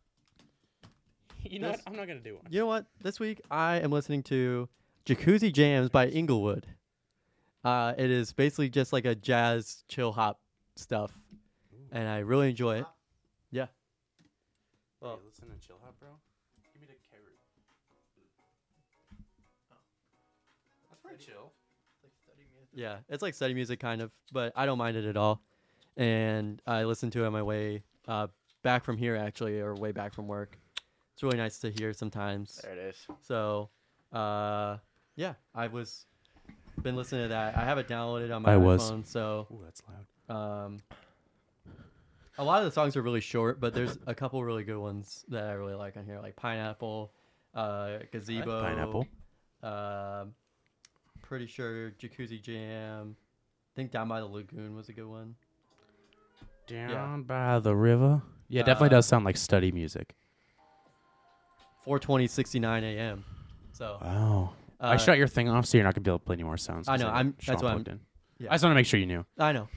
You know what? This- I'm not gonna do one. You know what? This week I am listening to Jacuzzi Jams by Inglewood. Uh, it is basically just like a jazz chill hop stuff, and I really enjoy it. Yeah. Hey, Well, listen to Chill Hop, bro. Give me the carrot. Oh. That's pretty chill. yeah, it's like study music kind of, but I don't mind it at all. And I listen to it on my way uh, back from here actually, or way back from work. It's really nice to hear sometimes. There it is. So, uh, yeah, I was been listening to that. I have it downloaded on my I was. iPhone, so. Ooh, that's loud. Um, a lot of the songs are really short, but there's a couple really good ones that I really like on here, like Pineapple, uh, Gazebo, Pineapple. um, pretty sure Jacuzzi Jam. I think Down by the Lagoon was a good one. Down by the river. Yeah, it definitely Uh, does sound like study music. 420 69 a.m. So Wow. I uh, shut your thing off, so you're not gonna be able to play any more sounds. I 'cause know, I'm- Sean that's what plugged I'm- in. yeah. I just want to make sure you knew. I know.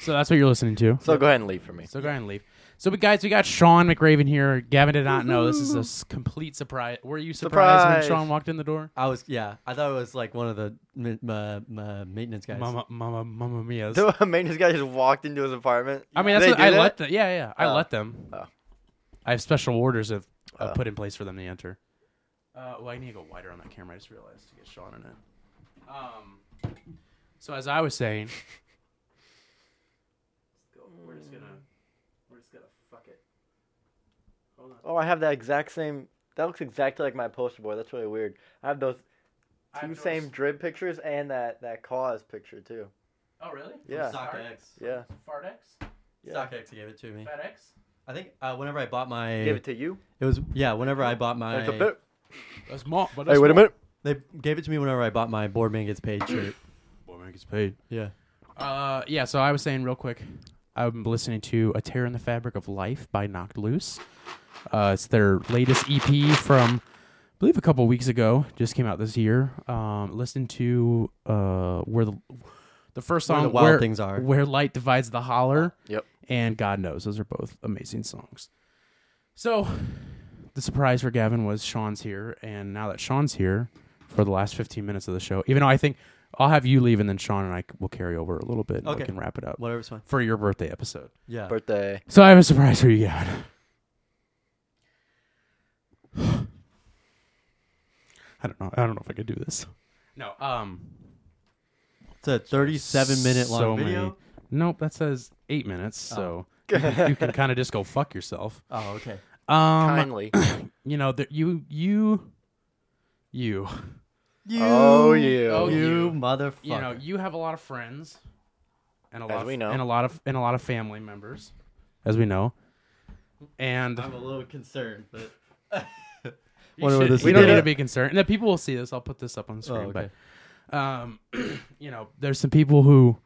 So that's what you're listening to. So go ahead and leave for me. So go ahead and leave. So we guys, we got Sean McRaven here. Gavin did not know. This is a s- complete surprise. Were you surprised Surprise. when Sean walked in the door? I was yeah. I thought it was like one of the mi- ma- ma- maintenance guys. Mama, mama, mama mia's. The maintenance guy just walked into his apartment. I mean, that's They what do I that? let them. Yeah, yeah, I Oh. let them. Oh. I have special orders of uh, Oh. put in place for them to enter. Uh, well, I need to go wider on that camera. I just realized to get Sean in it. Um, so as I was saying, we're just gonna, we're just gonna fuck it. Hold on. Oh, I have that exact same. That looks exactly like my poster boy. That's really weird. I have those I have two no same s- drib pictures and that that cause picture too. Oh really? Yeah. StockX. Yeah. Fartex, Yeah. StockX gave it to me. FedEx. I think uh, whenever I bought my, Give it to you. it was yeah. Whenever I bought my, That's a bit. That's mom. But Hey, wait a minute. They gave it to me whenever I bought my board man gets paid shirt. Boy, man gets paid. Yeah. Uh, yeah. So I was saying real quick, I'm listening to "A Tear in the Fabric of Life" by Knocked Loose. Uh, it's their latest EP from, I believe, a couple weeks ago. Just came out this year. Um, listen to uh, where the the first Where song the Wild Things Are. Oh, where light divides the holler. Yep. And God knows those are both amazing songs. So, the surprise for Gavin was Sean's here, and now that Sean's here for the last 15 minutes of the show, even though I think I'll have you leave and then Sean and I c- will carry over a little bit and we Okay. can wrap it up Whatever's fine. for your birthday episode. Yeah. Birthday. So I have a surprise for you, Gavin. I don't know. I don't know if I could do this. No. Um. It's a 37 minute long so video. Many, nope. That says eight minutes. So you can- you can kind of just go fuck yourself. Oh, okay. Um. Kindly. you know, there, you, you, you, You, Oh, you. Oh, you you. motherfucker. you know, you have a lot of friends, and a lot, we of, know. and a lot of, and a lot of family members, as we know, and I'm a little concerned, but you Um, wonder what should- this we is don't about. need to be concerned. And the people will see this. I'll put this up on the Oh, screen, okay. but um, you know, there's some people who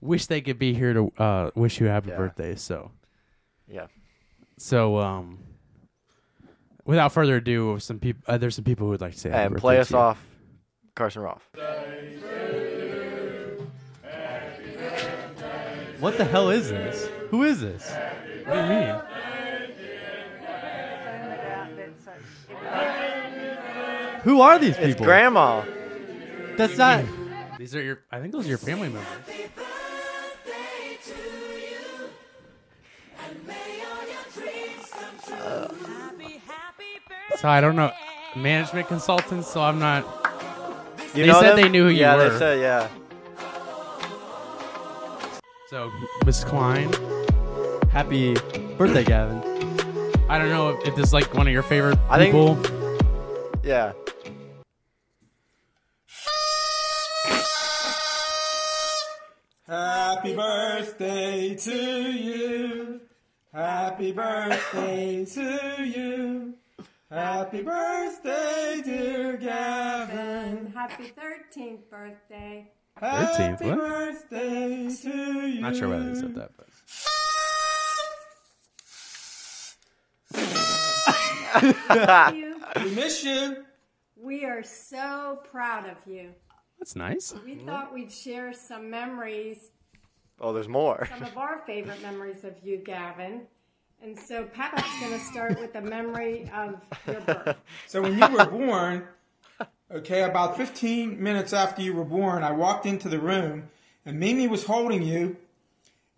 wish they could be here to uh, wish you happy Yeah. birthday. So Yeah. so um. Without further ado, some people uh, there's some people who would like to say happy And play birthday us to you. off, Carson Roth. what the hell is this? Who is this? What do you mean? Who are these people? It's grandma. That's not. These are your. I think those are your family members. Uh, So I don't know. Management consultants, so I'm not. You they know said them? they knew who you yeah, were. they said yeah. so Miss Klein. Happy birthday, Gavin. I don't know if, if this is like one of your favorite I think- people. Yeah. Happy birthday to you. Happy birthday to you. Happy birthday, dear Gavin. Happy 13th birthday. 13th, Happy what? birthday to you. Not sure why they said that, but Thank you. We miss you. We are so proud of you. that's nice. We thought we'd share some memories, Oh, there's more. some of our favorite memories of you, Gavin. And so Papa's going to start with a memory of your birth. So when you were born, okay, about 15 minutes after you were born, I walked into the room and Mimi was holding you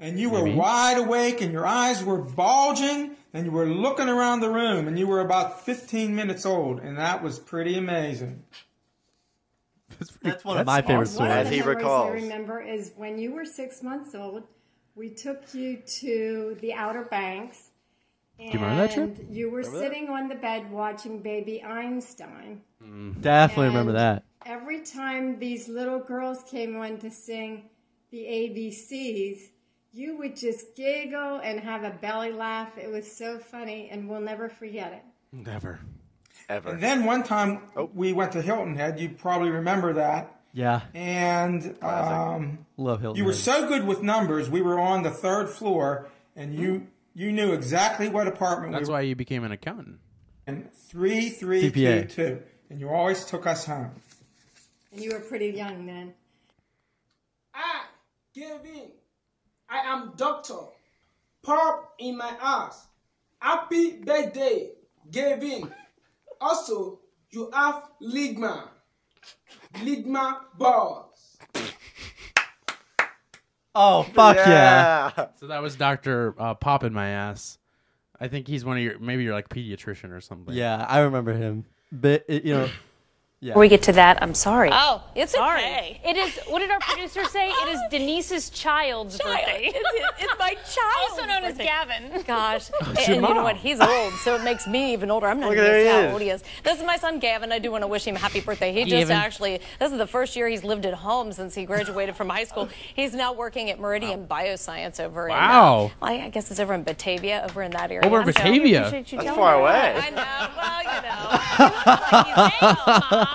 and you were Mimi? wide awake and your eyes were bulging and you were looking around the room and you were about 15 minutes old and that was pretty amazing. That's one of my favorite One of stories. the memories I remember is when you were six months old, we took you to the Outer Banks. And you remember that trip? You were Remember that? sitting on the bed watching Baby Einstein. Mm. Definitely remember And that. Every time these little girls came on to sing the ABCs, you would just giggle and have a belly laugh. It was so funny, and we'll never forget it. Never. Ever. And then one time Oh. we went to Hilton Head, you probably remember that. Yeah, And um, love Hilton. You were Head. so good with numbers. We were on the third floor, and you you knew exactly what apartment That's we were why you became an accountant. in. Three three two CPA. two, and you always took us home. And you were pretty young then. I give in. I am doctor. Pop in my ass. Happy birthday, Gavin. Also, you have Ligma. Ligma balls. Oh fuck yeah! So that was Doctor uh, Pop in my ass. I think he's one of your maybe you're like pediatrician or something. yeah! I remember him. But it- you know, yeah. Before we get to that, I'm sorry. Oh, it's okay. It is. What did our producer say? It is Denise's child's birthday. It's, it's my child. Also known as Gavin. Gosh. it's and your and you know mom. what? He's old, so it makes me even older. I'm not Look, even gonna there he say is. how old he is. This is my son, Gavin. I do want to wish him a happy birthday. He just Gavin. actually, this is the first year he's lived at home since he graduated from high school. He's now working at Meridian Bioscience over in. uh, Wow. well, I I guess it's over in Batavia, over in that area. Over in I'm sorry. Batavia? I appreciate you That's telling far me away. that. I know. Well, you know.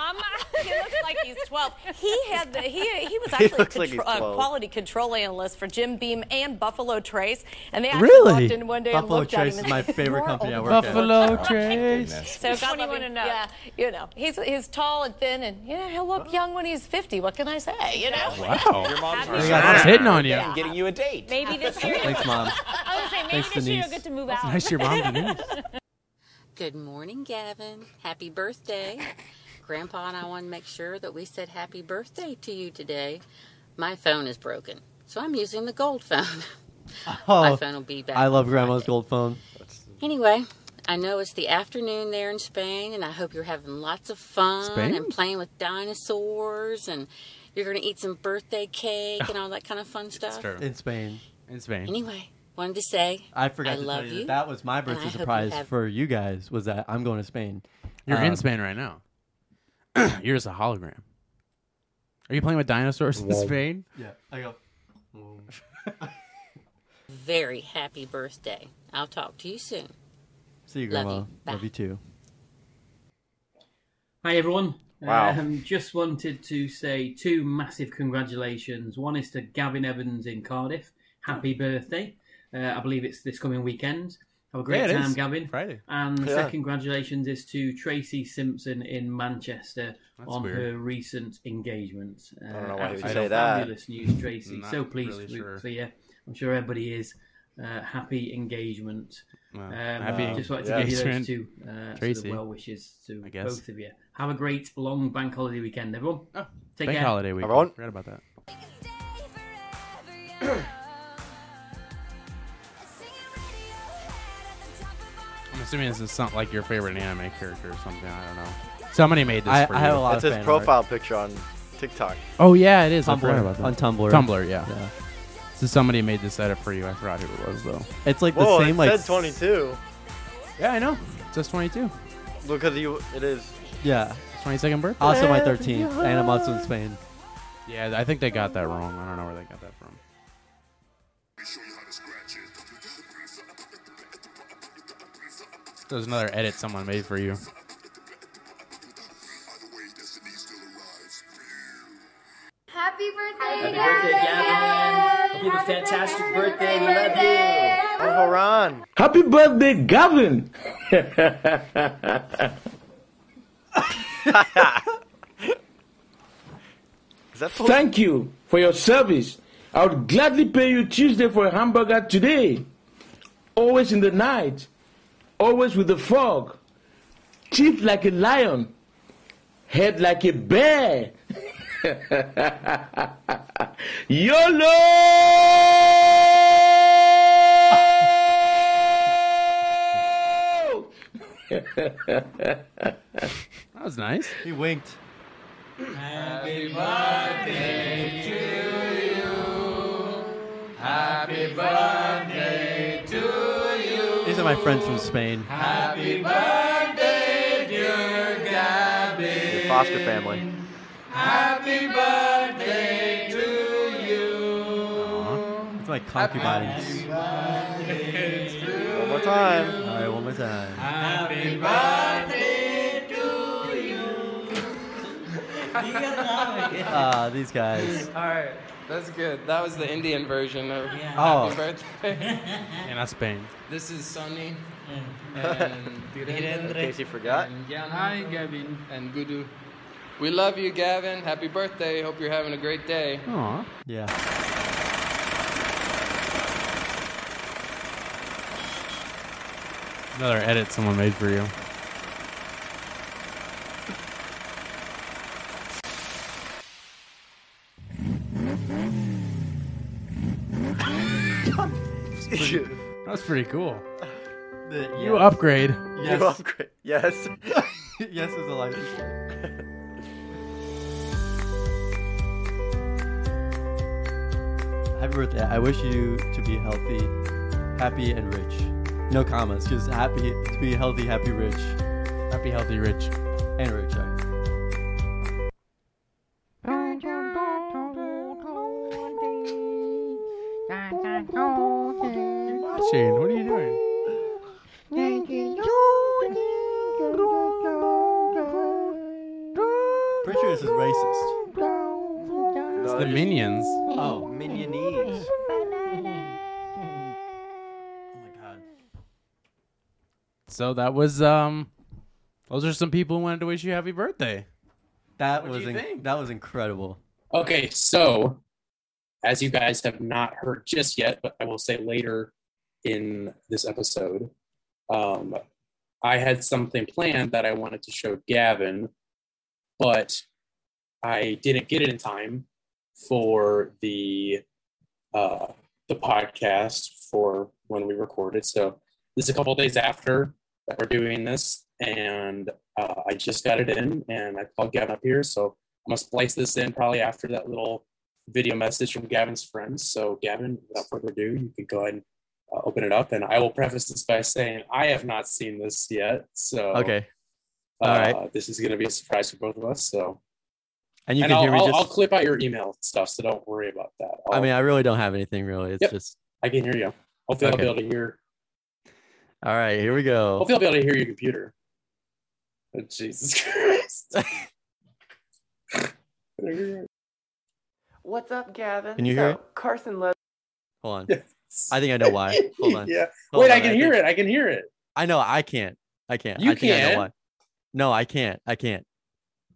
He looks like he's eight, Mom. He looks like he's 12. He had the, he he was He actually looks like he's contro- uh, 12. quality control analyst for Jim Beam and Buffalo Trace, and they actually Really? walked in one day Buffalo and looked Trace is at him. and my said, favorite "You're company I old." work at. Buffalo Trace. So God love him. Yeah, you know, he's he's tall and thin, and yeah, he'll look young when he's 50. What can I say? You know. Wow. Your mom's They got this hitting on you. and getting you a date. Maybe this year. Thanks, mom. I was gonna say maybe Thanks, this year you'll Denise. get to move That's out. nice of your mom, Denise. Good morning, Gavin. Happy birthday. Grandpa and I want to make sure that we said happy birthday to you today. My phone is broken, so I'm using the gold phone. My phone will be back. Oh, I love Grandma's gold phone. Anyway, I know it's the afternoon there in Spain, and I hope you're having lots of fun Spain? and playing with dinosaurs, and you're going to eat some birthday cake and all that kind of fun stuff. in Spain. In Spain. Anyway, wanted to say I forgot I to love tell you, you, that that was my and I birthday hope you surprise have- for you guys was that I'm going to Spain. You're Um, in Spain right now. You're just a hologram. Are you playing with dinosaurs in Spain? Yeah, I go. very happy birthday. I'll talk to you soon. See you, Love Grandma. Love you. you, Bye. too. Hi everyone. Wow. Um, just wanted to say two massive congratulations. One is to Gavin Evans in Cardiff. Happy birthday. Uh, I believe it's this coming weekend. Have a Yeah, great it time, is. Gavin. Friday. And the Yeah. second congratulations is to Tracy Simpson in Manchester That's on weird. her recent engagement. don't Uh, know why he would absolutely say that. Fabulous news, Tracy. Not so pleased really for- sure. for you. I'm sure everybody is. uh, happy engagement. Wow. Um, Happy I'd just like to yeah. give you those engagement. two uh, sort Tracy. of well wishes to I guess. both of you. Have a great long bank holiday weekend, everyone. Take Bank care. holiday week. Everyone? Forgot about that. I'm assuming this is not like your favorite anime character or something. I don't know. Somebody made this I- for I have you. a lot That's of his fan profile picture on TikTok. Oh yeah, it is. I Tumblr. forgot about that. On Tumblr. Tumblr, yeah. Yeah. So somebody made this edit for you. I forgot who it was though. It's like Whoa, the same it like said 22. Yeah, I know. It's just 22. Because you, it is. Yeah. 22nd birthday. Also my 13th, and I'm also in Spain. Yeah, I think they got that wrong. I don't know where they got that from. There's another edit someone made for you. Happy birthday, Happy birthday, Gavin. Hope you have a fantastic birthday. We love you. Oh, Haran. Happy birthday, Gavin! Thank you for your service. I would gladly pay you Tuesday for a hamburger today. Always in the night, always with the fog. Teeth like a lion, head like a bear. YOLO! That was nice. He winked. Happy birthday to you. Happy birthday to you. These are my friends from Spain. Happy birthday, dear Gabby. Your foster family. Happy birthday to It's like concubines. you. One more time. All right, one more time. Happy birthday to you. Ah, these guys. All right, that's good. That was the Indian version of Oh. Happy Birthday. And that's Spain. this is Mm. Sunny and In Dhirendra case you forgot. and Gyan. Hi, Gavin. And Gudu. We love you, Gavin. Happy birthday. Hope you're having a great day. Aw. Yeah. Another edit someone made for you. That was pretty cool. The- You yeah. upgrade. Yes. You upgrade. Yes. yes is a life. Happy birthday. I wish you to be healthy, happy, and rich. No commas, just happy to be healthy, happy, rich. Happy, healthy, rich. And rich, sorry. Shane, what are you doing? Pretty sure this is racist. It's the minions. Oh. Minionese. So that was um those are some people who wanted to wish you happy birthday. That What do was you in- think? that was incredible. Okay, so as you guys have not heard just yet, but I will say later in this episode, um, I had something planned that I wanted to show Gavin, but I didn't get it in time for the uh, the podcast for when we recorded. So this is a couple days after that we're doing this, and uh, I just got it in, and I called Gavin up here, so I'm gonna splice this in probably after that little video message from Gavin's friends. So, Gavin, without further ado, you can go ahead and uh, open it up. And I will preface this by saying I have not seen this yet. So, Okay. Uh, All This is gonna be a surprise for both of us. So, And you can I'll, hear me I'll, just. I'll clip out your email stuff, so don't worry about that. I mean, I really don't have anything really. It's Yep. just. I can hear you. Hopefully, Okay. Oh. I'll be able to hear. All right, here we go. Hopefully, I'll be able to hear your computer. Oh, Jesus Christ! What's up, Gavin? Can you hear So, it? Carson Love. Hold on. I think I know why. Hold on. yeah. Hold Wait, I on, can Oh, I hear think- it. I can hear it. I know I can't. I can't. You I think I can. know why. No, I can't. I can't.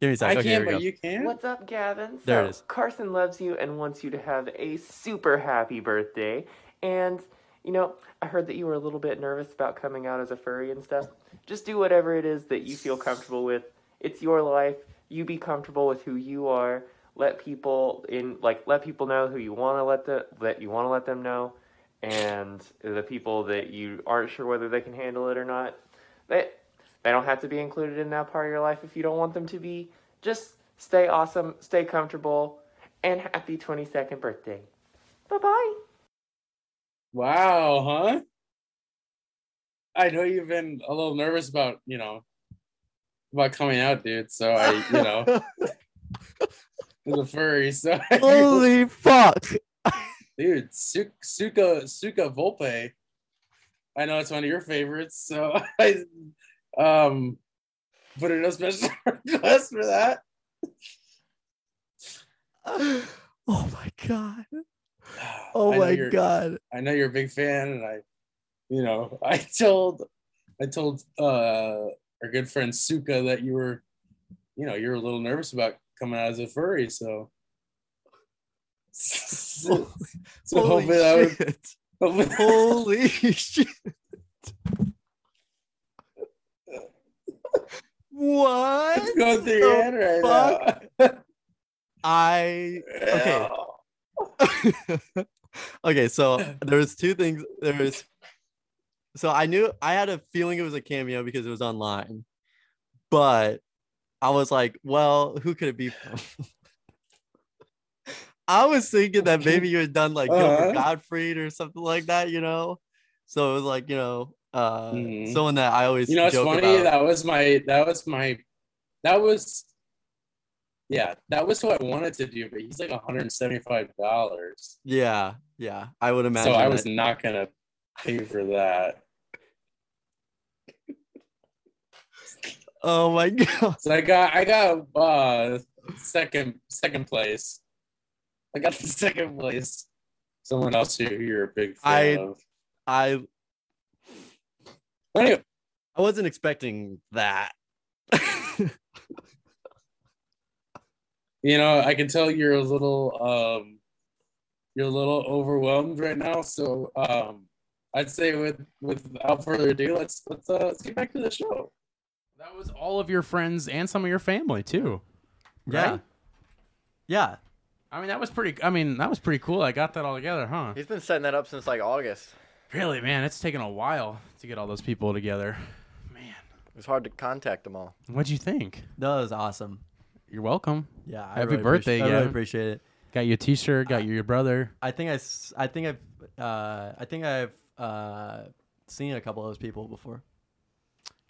Give me a I second. Okay, here can, we but go. you can. What's up, Gavin? There it So, is. Carson loves you and wants you to have a super happy birthday. And you know, I heard that you were a little bit nervous about coming out as a furry and stuff. Just do whatever it is that you feel comfortable with. It's your life. You be comfortable with who you are. Let people in like let people know who you want to let the that you want to let them know, and the people that you aren't sure whether they can handle it or not. They they don't have to be included in that part of your life if you don't want them to be. Just stay awesome, stay comfortable, and happy 22nd birthday. Bye bye. Wow, huh? I know you've been a little nervous about, you know, about coming out, dude. So I, you know, was a furry. So holy fuck, dude, Su- Suka Suka Volpe. I know it's one of your favorites, so I um put in a special request for that. oh my god. Oh my god. I know you're a big fan and I you know, I told I told uh our good friend Suka that you were you know, you're a little nervous about coming out as a furry, so so, so Holy hopefully that was shit. hopefully- Holy shit. What? It's going through your the head right fuck? I okay. okay, so there was two things. There was so I knew I had a feeling it was a cameo because it was online, but I was like, well, who could it be from? I was thinking that maybe you had done like Uh-huh. Gilbert Gottfried or something like that, you know. So it was like you know, uh, Mhm. someone that I always you know it's joke funny about. that was my that was my that was yeah that was what i wanted to do but he's like 175 dollars Yeah, yeah, I would imagine. so i that- was not gonna pay for that Oh my god! so i got i got uh second second place i got the second place someone else who you're a big fan I- of I I wasn't expecting that. you know i can tell you're a little um you're a little overwhelmed right now so um i'd say with without further ado let's let's uh let's get back to the show That was all of your friends and some of your family too. Yeah. Yeah. I mean that was pretty I mean that was pretty cool. I got that all together, huh? He's been setting that up since like August. Really, man, it's taken a while to get all those people together. It's hard to contact them all. What'd you think? That was awesome. You're welcome. Yeah, I Happy really appreciate- birthday, I really Gavin. appreciate it. Got you a t shirt, got you your brother. I think I, s- I think I've, uh, I think I've uh, seen a couple of those people before.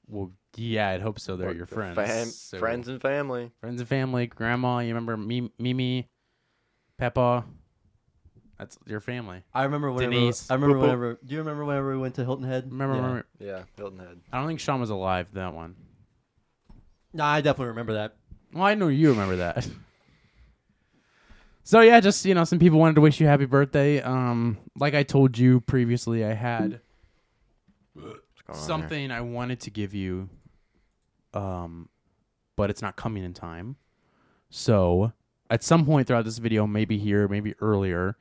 Well yeah, I'd hope so. They're your friends. Fam- so- Friends and family. friends and family, grandma, you remember Mi- Mimi, Peppa. That's your family. I remember whenever. Denise. I remember Boop, boop. whenever. Do you remember whenever we went to Hilton Head? Remember, yeah. remember. Yeah, Hilton Head. I don't think Sean was alive that one. No, I definitely remember that. Well, I know you remember that. So yeah, just you know, some people wanted to wish you happy birthday. Um, like I told you previously, I had on something I wanted to give you, um, but it's not coming in time. So at some point throughout this video, maybe here, maybe earlier,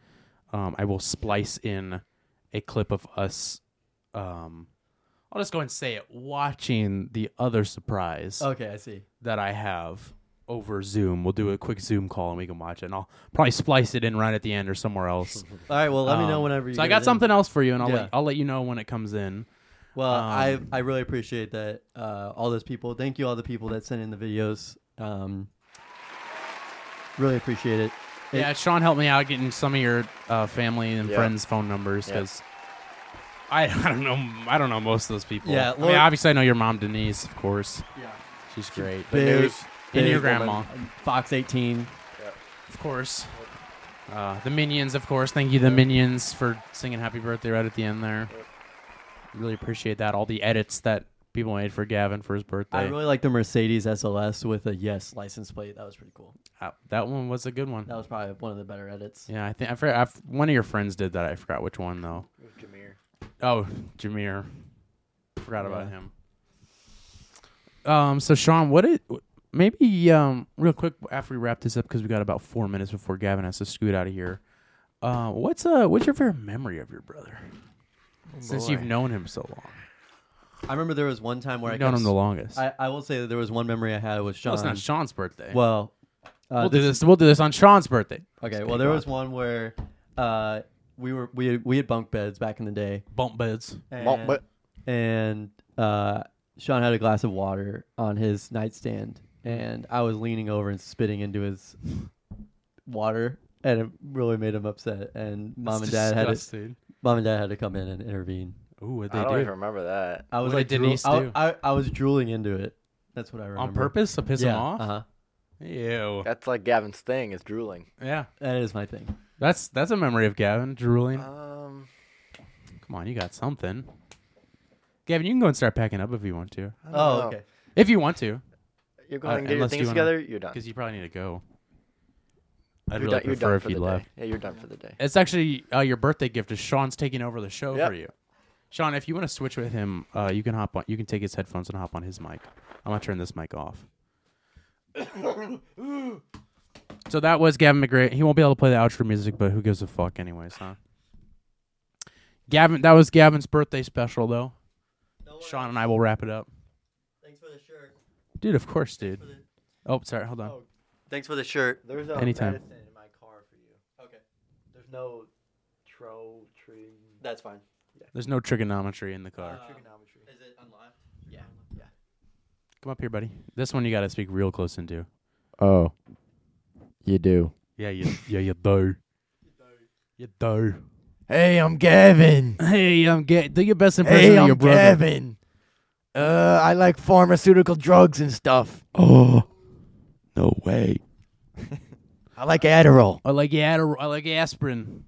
um, I will splice in a clip of us. Um, I'll just go and say it. Watching the other surprise. Okay, I see. That I have over Zoom. We'll do a quick Zoom call and we can watch it. And I'll probably splice it in right at the end or somewhere else. All right. Well, let me know Um, whenever you. So I get it got in. something else for you, and I'll Yeah. let, I'll let you know when it comes in. Well, I Um, I really appreciate that. Uh, all those people. Thank you, all the people that sent in the videos. Um, really appreciate it. It- yeah, Sean helped me out getting some of your uh, family and Yeah. friends' phone numbers Yeah. because I I don't know I don't know most of those people. Yeah, I mean Laura- obviously I know your mom Denise, of course. Yeah. she's great. But Big- there's and big your grandma, woman. Fox 18. of course. Uh, the Minions, of course. Thank you, the Minions, for singing "Happy Birthday" right at the end there. Really appreciate that. All the edits that people made for Gavin for his birthday. I really like the Mercedes SLS with a yes license plate. That was pretty cool. Uh, that one was a good one. That was probably one of the better edits. Yeah, I think I forgot. I've, one of your friends did that. I forgot which one though. Jameer. Oh, Jameer. Forgot about Yeah. him. Um. So Sean, what it maybe um real quick after we wrap this up because we got about four minutes before Gavin has to scoot out of here. Uh, what's uh what's your favorite memory of your brother? Oh, Since you've known him so long. I remember there was one time where You've I known kept- him the longest. I, I will say that there was one memory I had with Sean. Well, it's not Sean's birthday. Well, uh, we'll do this. We'll do this on Sean's birthday. Okay. Well, there was one where uh, we were we we had bunk beds back in the day. Bunk beds. And, Bunk bed. And uh, Sean had a glass of water on his nightstand, and I was leaning over and spitting into his water, and it really made him upset. And mom That's and dad had disgusting. to, mom and dad had to come in and intervene. Ooh, what'd I don't even remember that. I was What like did drool- Denise I- do? I, I, was drooling into it. That's what I remember. purpose to piss him Yeah, off? Uh-huh. Ew. That's like Gavin's thing is drooling. Yeah. That is my thing. That's that's a memory of Gavin drooling. Um, Come on, you got something. Gavin, you can go and start packing up if you want to. I don't Oh, know. okay. If you want to. You're Uh, going and get your things together, you're done. Because you probably need to go. I'd You're really done- you're prefer done if for you the day. left. Yeah, you're done for the day. It's actually uh, your birthday gift. Is Sean's taking over the show Yep. for you? Sean, if you want to switch with him, uh, you can hop on. You can take his headphones and hop on his mic. I'm gonna turn this mic off. So that was Gavin McGray. He won't be able to play the outro music, but who gives a fuck, anyways, huh? Gavin, that was Gavin's birthday special, though. Sean and I will wrap it up. Thanks for the shirt, dude. Of course, dude. Oh, sorry. Hold on. Thanks for the shirt. There's Anytime. in my car for you. Okay. There's no tro tree. That's fine. There's no trigonometry in the Uh, car. trigonometry. Is it unlocked? Yeah. Yeah. Come up here, buddy. This one you got to speak real close into. Oh, you do. Yeah, you. yeah, you do. You do. Hey, I'm Gavin. Hey, I'm Gavin. Do your best impression Hey, of I'm your brother. Gavin. Uh, I like pharmaceutical drugs and stuff. Oh, no way. I like Adderall. I like Adder- I like aspirin.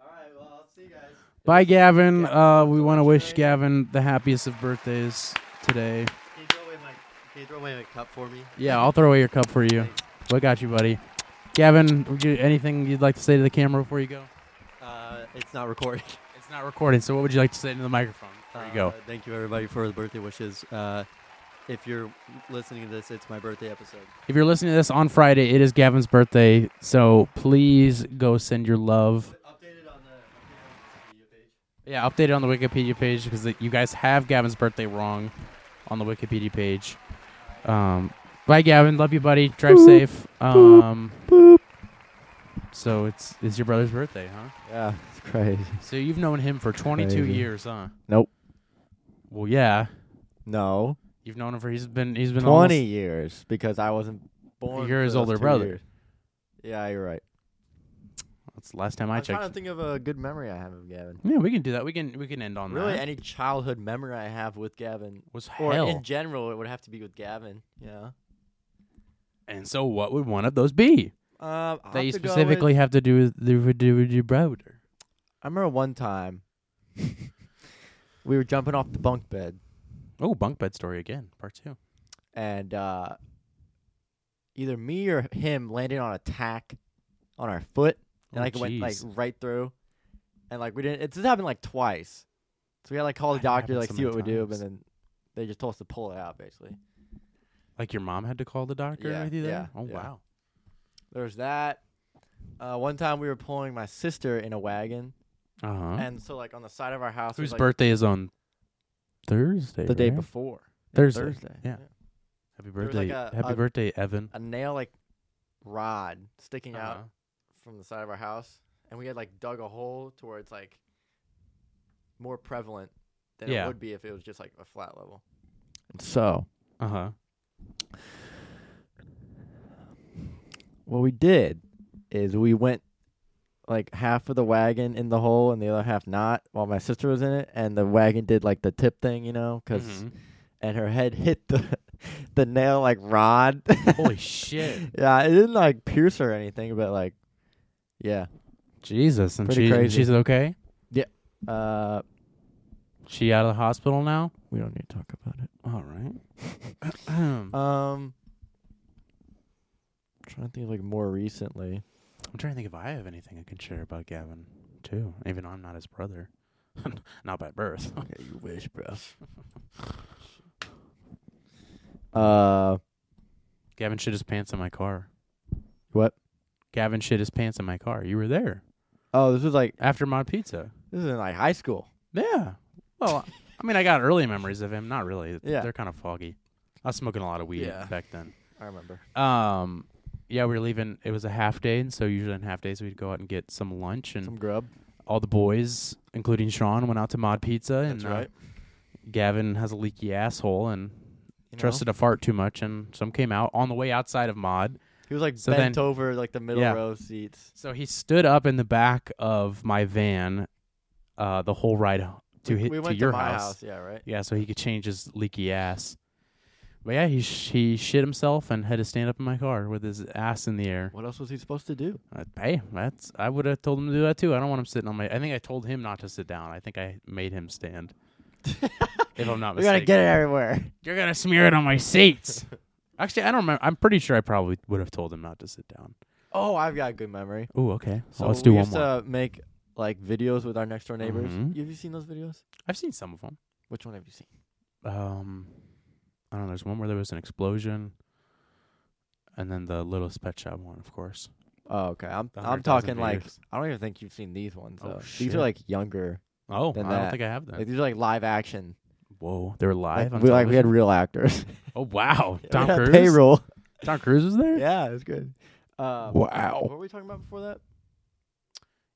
All right, well, I'll see you guys. Bye, Gavin. Uh, we want to wish Gavin the happiest of birthdays today. Can you throw away my Can you throw away my cup for me? Yeah, I'll throw away your cup for you. What got you, buddy? Gavin, would you- anything you'd like to say to the camera before you go? Uh, it's not recording. It's not Recording. So, what would you like to say into the microphone? There you go. Uh, Thank you everybody for the birthday wishes. Uh, if you're listening to this, it's my birthday episode. If you're listening to this on Friday, it is Gavin's birthday, so please go send your love. Yeah, update it on the Wikipedia page because you guys have Gavin's birthday wrong on the Wikipedia page. Um, bye, Gavin. Love you, buddy. Drive Boop, safe. boop, Um, So it's it's your brother's birthday, huh? Yeah, it's crazy. So you've known him for 22 Crazy. years, huh? Nope. Well, yeah. No. You've known him for he's been he's been 20 almost- years because I wasn't born. You're for his those older two brother. years. Yeah, you're right. That's the last time I I'm trying checked. to think of a good memory I have of Gavin. Yeah, we can do that. We can we can end on Really, that. any childhood memory I have with Gavin was or hell. in general, it would have to be with Gavin. Yeah. And so, what would one of those be? Um, I'll that you have to go specifically with- have to do with, do with, do with your brother. I remember one time we were jumping off the bunk bed, Oh, bunk bed story again, part two. and uh, either me or him landed on a tack on our foot, and Oh, like it went like jeez. right through, and like we didn't. It just happened like twice, so we had to like call the doctor, happens like so see many what we do, times. and then they just told us to pull it out basically. Like your mom had to call the doctor Yeah, with you there. yeah, oh yeah. wow. There was that. Uh, one time we were pulling my sister in a wagon, Uh-huh. and so like on the side of our house, Whose was, like, birthday is on Thursday? the day right? before. Yeah, Thursday. Thursday. Yeah. Happy There was, birthday, like, a- happy a- birthday, Evan. a nail like rod sticking Uh-huh. out from the side of our house, and we had like dug a hole to where it's like more prevalent than Yeah. it would be if it was just like a flat level. So. Uh huh. What we did is we went like half of the wagon in the hole and the other half not, while my sister was in it, and the wagon did like the tip thing, you know, because Mhm. and her head hit the the nail like rod. Holy shit. Yeah, it didn't like pierce her or anything, but like, yeah. Jesus, and Pretty she and crazy. she's okay. Yeah. Uh, She out of the hospital now. Oh, We don't need to talk about it. All right. um, trying to think of like more recently. I'm trying to think if I have anything I can share about Gavin too. Even though I'm not his brother, not by birth. you wish, bro. Uh, Gavin shit his pants in my car. What? Gavin shit his pants in my car. You were there Oh, this was like after Mod Pizza. this is in like high school. Yeah. Well, I mean, I got early memories of him. Not really. Yeah. They're kind of foggy. I was smoking a lot of weed Yeah. back then. I remember. Um, yeah, we were leaving. It was a half day, and so usually on half days we'd go out and get some lunch and some grub. All the boys, including Sean, went out to Mod Pizza, and uh, That's right. Gavin has a leaky asshole and You trusted a fart too much, and some came out on the way outside of Mod. He was like So then- bent over like the middle yeah. row seats. So he stood up in the back of my van uh, the whole ride h- to We- hit we to went to your my house. house, yeah, right? Yeah, so he could change his leaky ass. But yeah, he sh- he shit himself and had to stand up in my car with his ass in the air. What else was he supposed to do? Uh, hey, that's I would have told him to do that too. I don't want him sitting on my. I think I told him not to sit down. I think I made him stand. if I'm not We gotta mistaken, get it everywhere. You're gonna smear it on my seats. Actually, I don't remember. I'm pretty sure I probably would have told him not to sit down. Oh, I've got a good memory. Ooh, okay. So Well, let's do we one used to make like videos with our next door neighbors. Mhm. Have you seen those videos? I've seen some of them. Which one have you seen? um I don't know, there's one where there was an explosion and then the little pet shop one, of course. Oh, okay. I'm The I'm 100,000 talking like views. I don't even think you've seen these ones. Oh, though. these shit. are like younger. Oh, than I don't that. think I have that. Like, these are like live action. Whoa, they were live on Like, we like we had television? real actors. Oh wow. Yeah, we Tom had Cruise. payroll. Tom Cruise was there? yeah, it was good. Um, Wow. What were we talking about before that?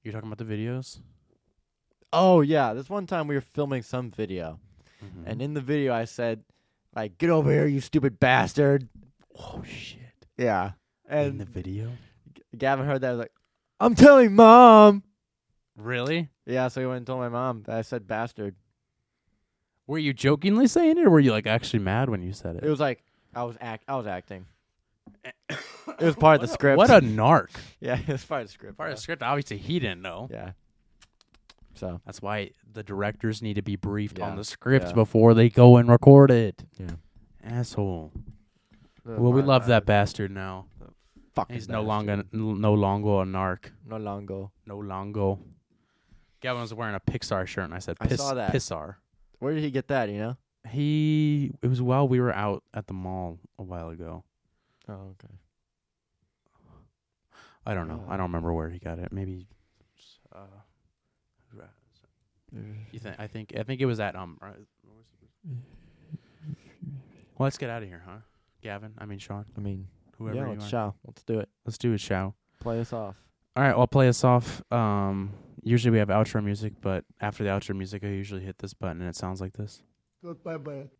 You're talking about the videos? Oh yeah, this one time we were filming some video, Mm-hmm. and in the video I said, "Like get over here, you stupid bastard." Oh shit! Yeah, and in the video? Gavin heard that. I was like, "I'm telling mom." Really? Yeah, so he went and told my mom that I said bastard. Were you jokingly saying it or were you like actually mad when you said it? It was like I was act. I was acting. it was What part of the a- script. what a narc. yeah, it was part of the script. Part of the script, obviously he didn't know. Yeah. So that's why the directors need to be briefed Yeah, on the scripts yeah. before they go and record it. Yeah. Asshole. The well, we fine love that bastard now. fucking He's no longer n- no longer a narc. No longo. No longo. Gavin was wearing a Pixar shirt, and I said, I Piss, saw that. Pixar." Where did he get that? You know. He. It was while we were out at the mall a while ago. Oh, okay. I don't know. I don't remember where he got it. Maybe. Uh, you think? I think. I think it was at um. uh, what was it? Well, let's get out of here, huh? Gavin. I mean, Sean. I mean, whoever yeah, you let's are. chow. Let's do it. Let's do it, Shao. Play us off. All right, well, play us off. Um, usually we have outro music, but after the outro music, I usually hit this button and it sounds like this. Goodbye, bye.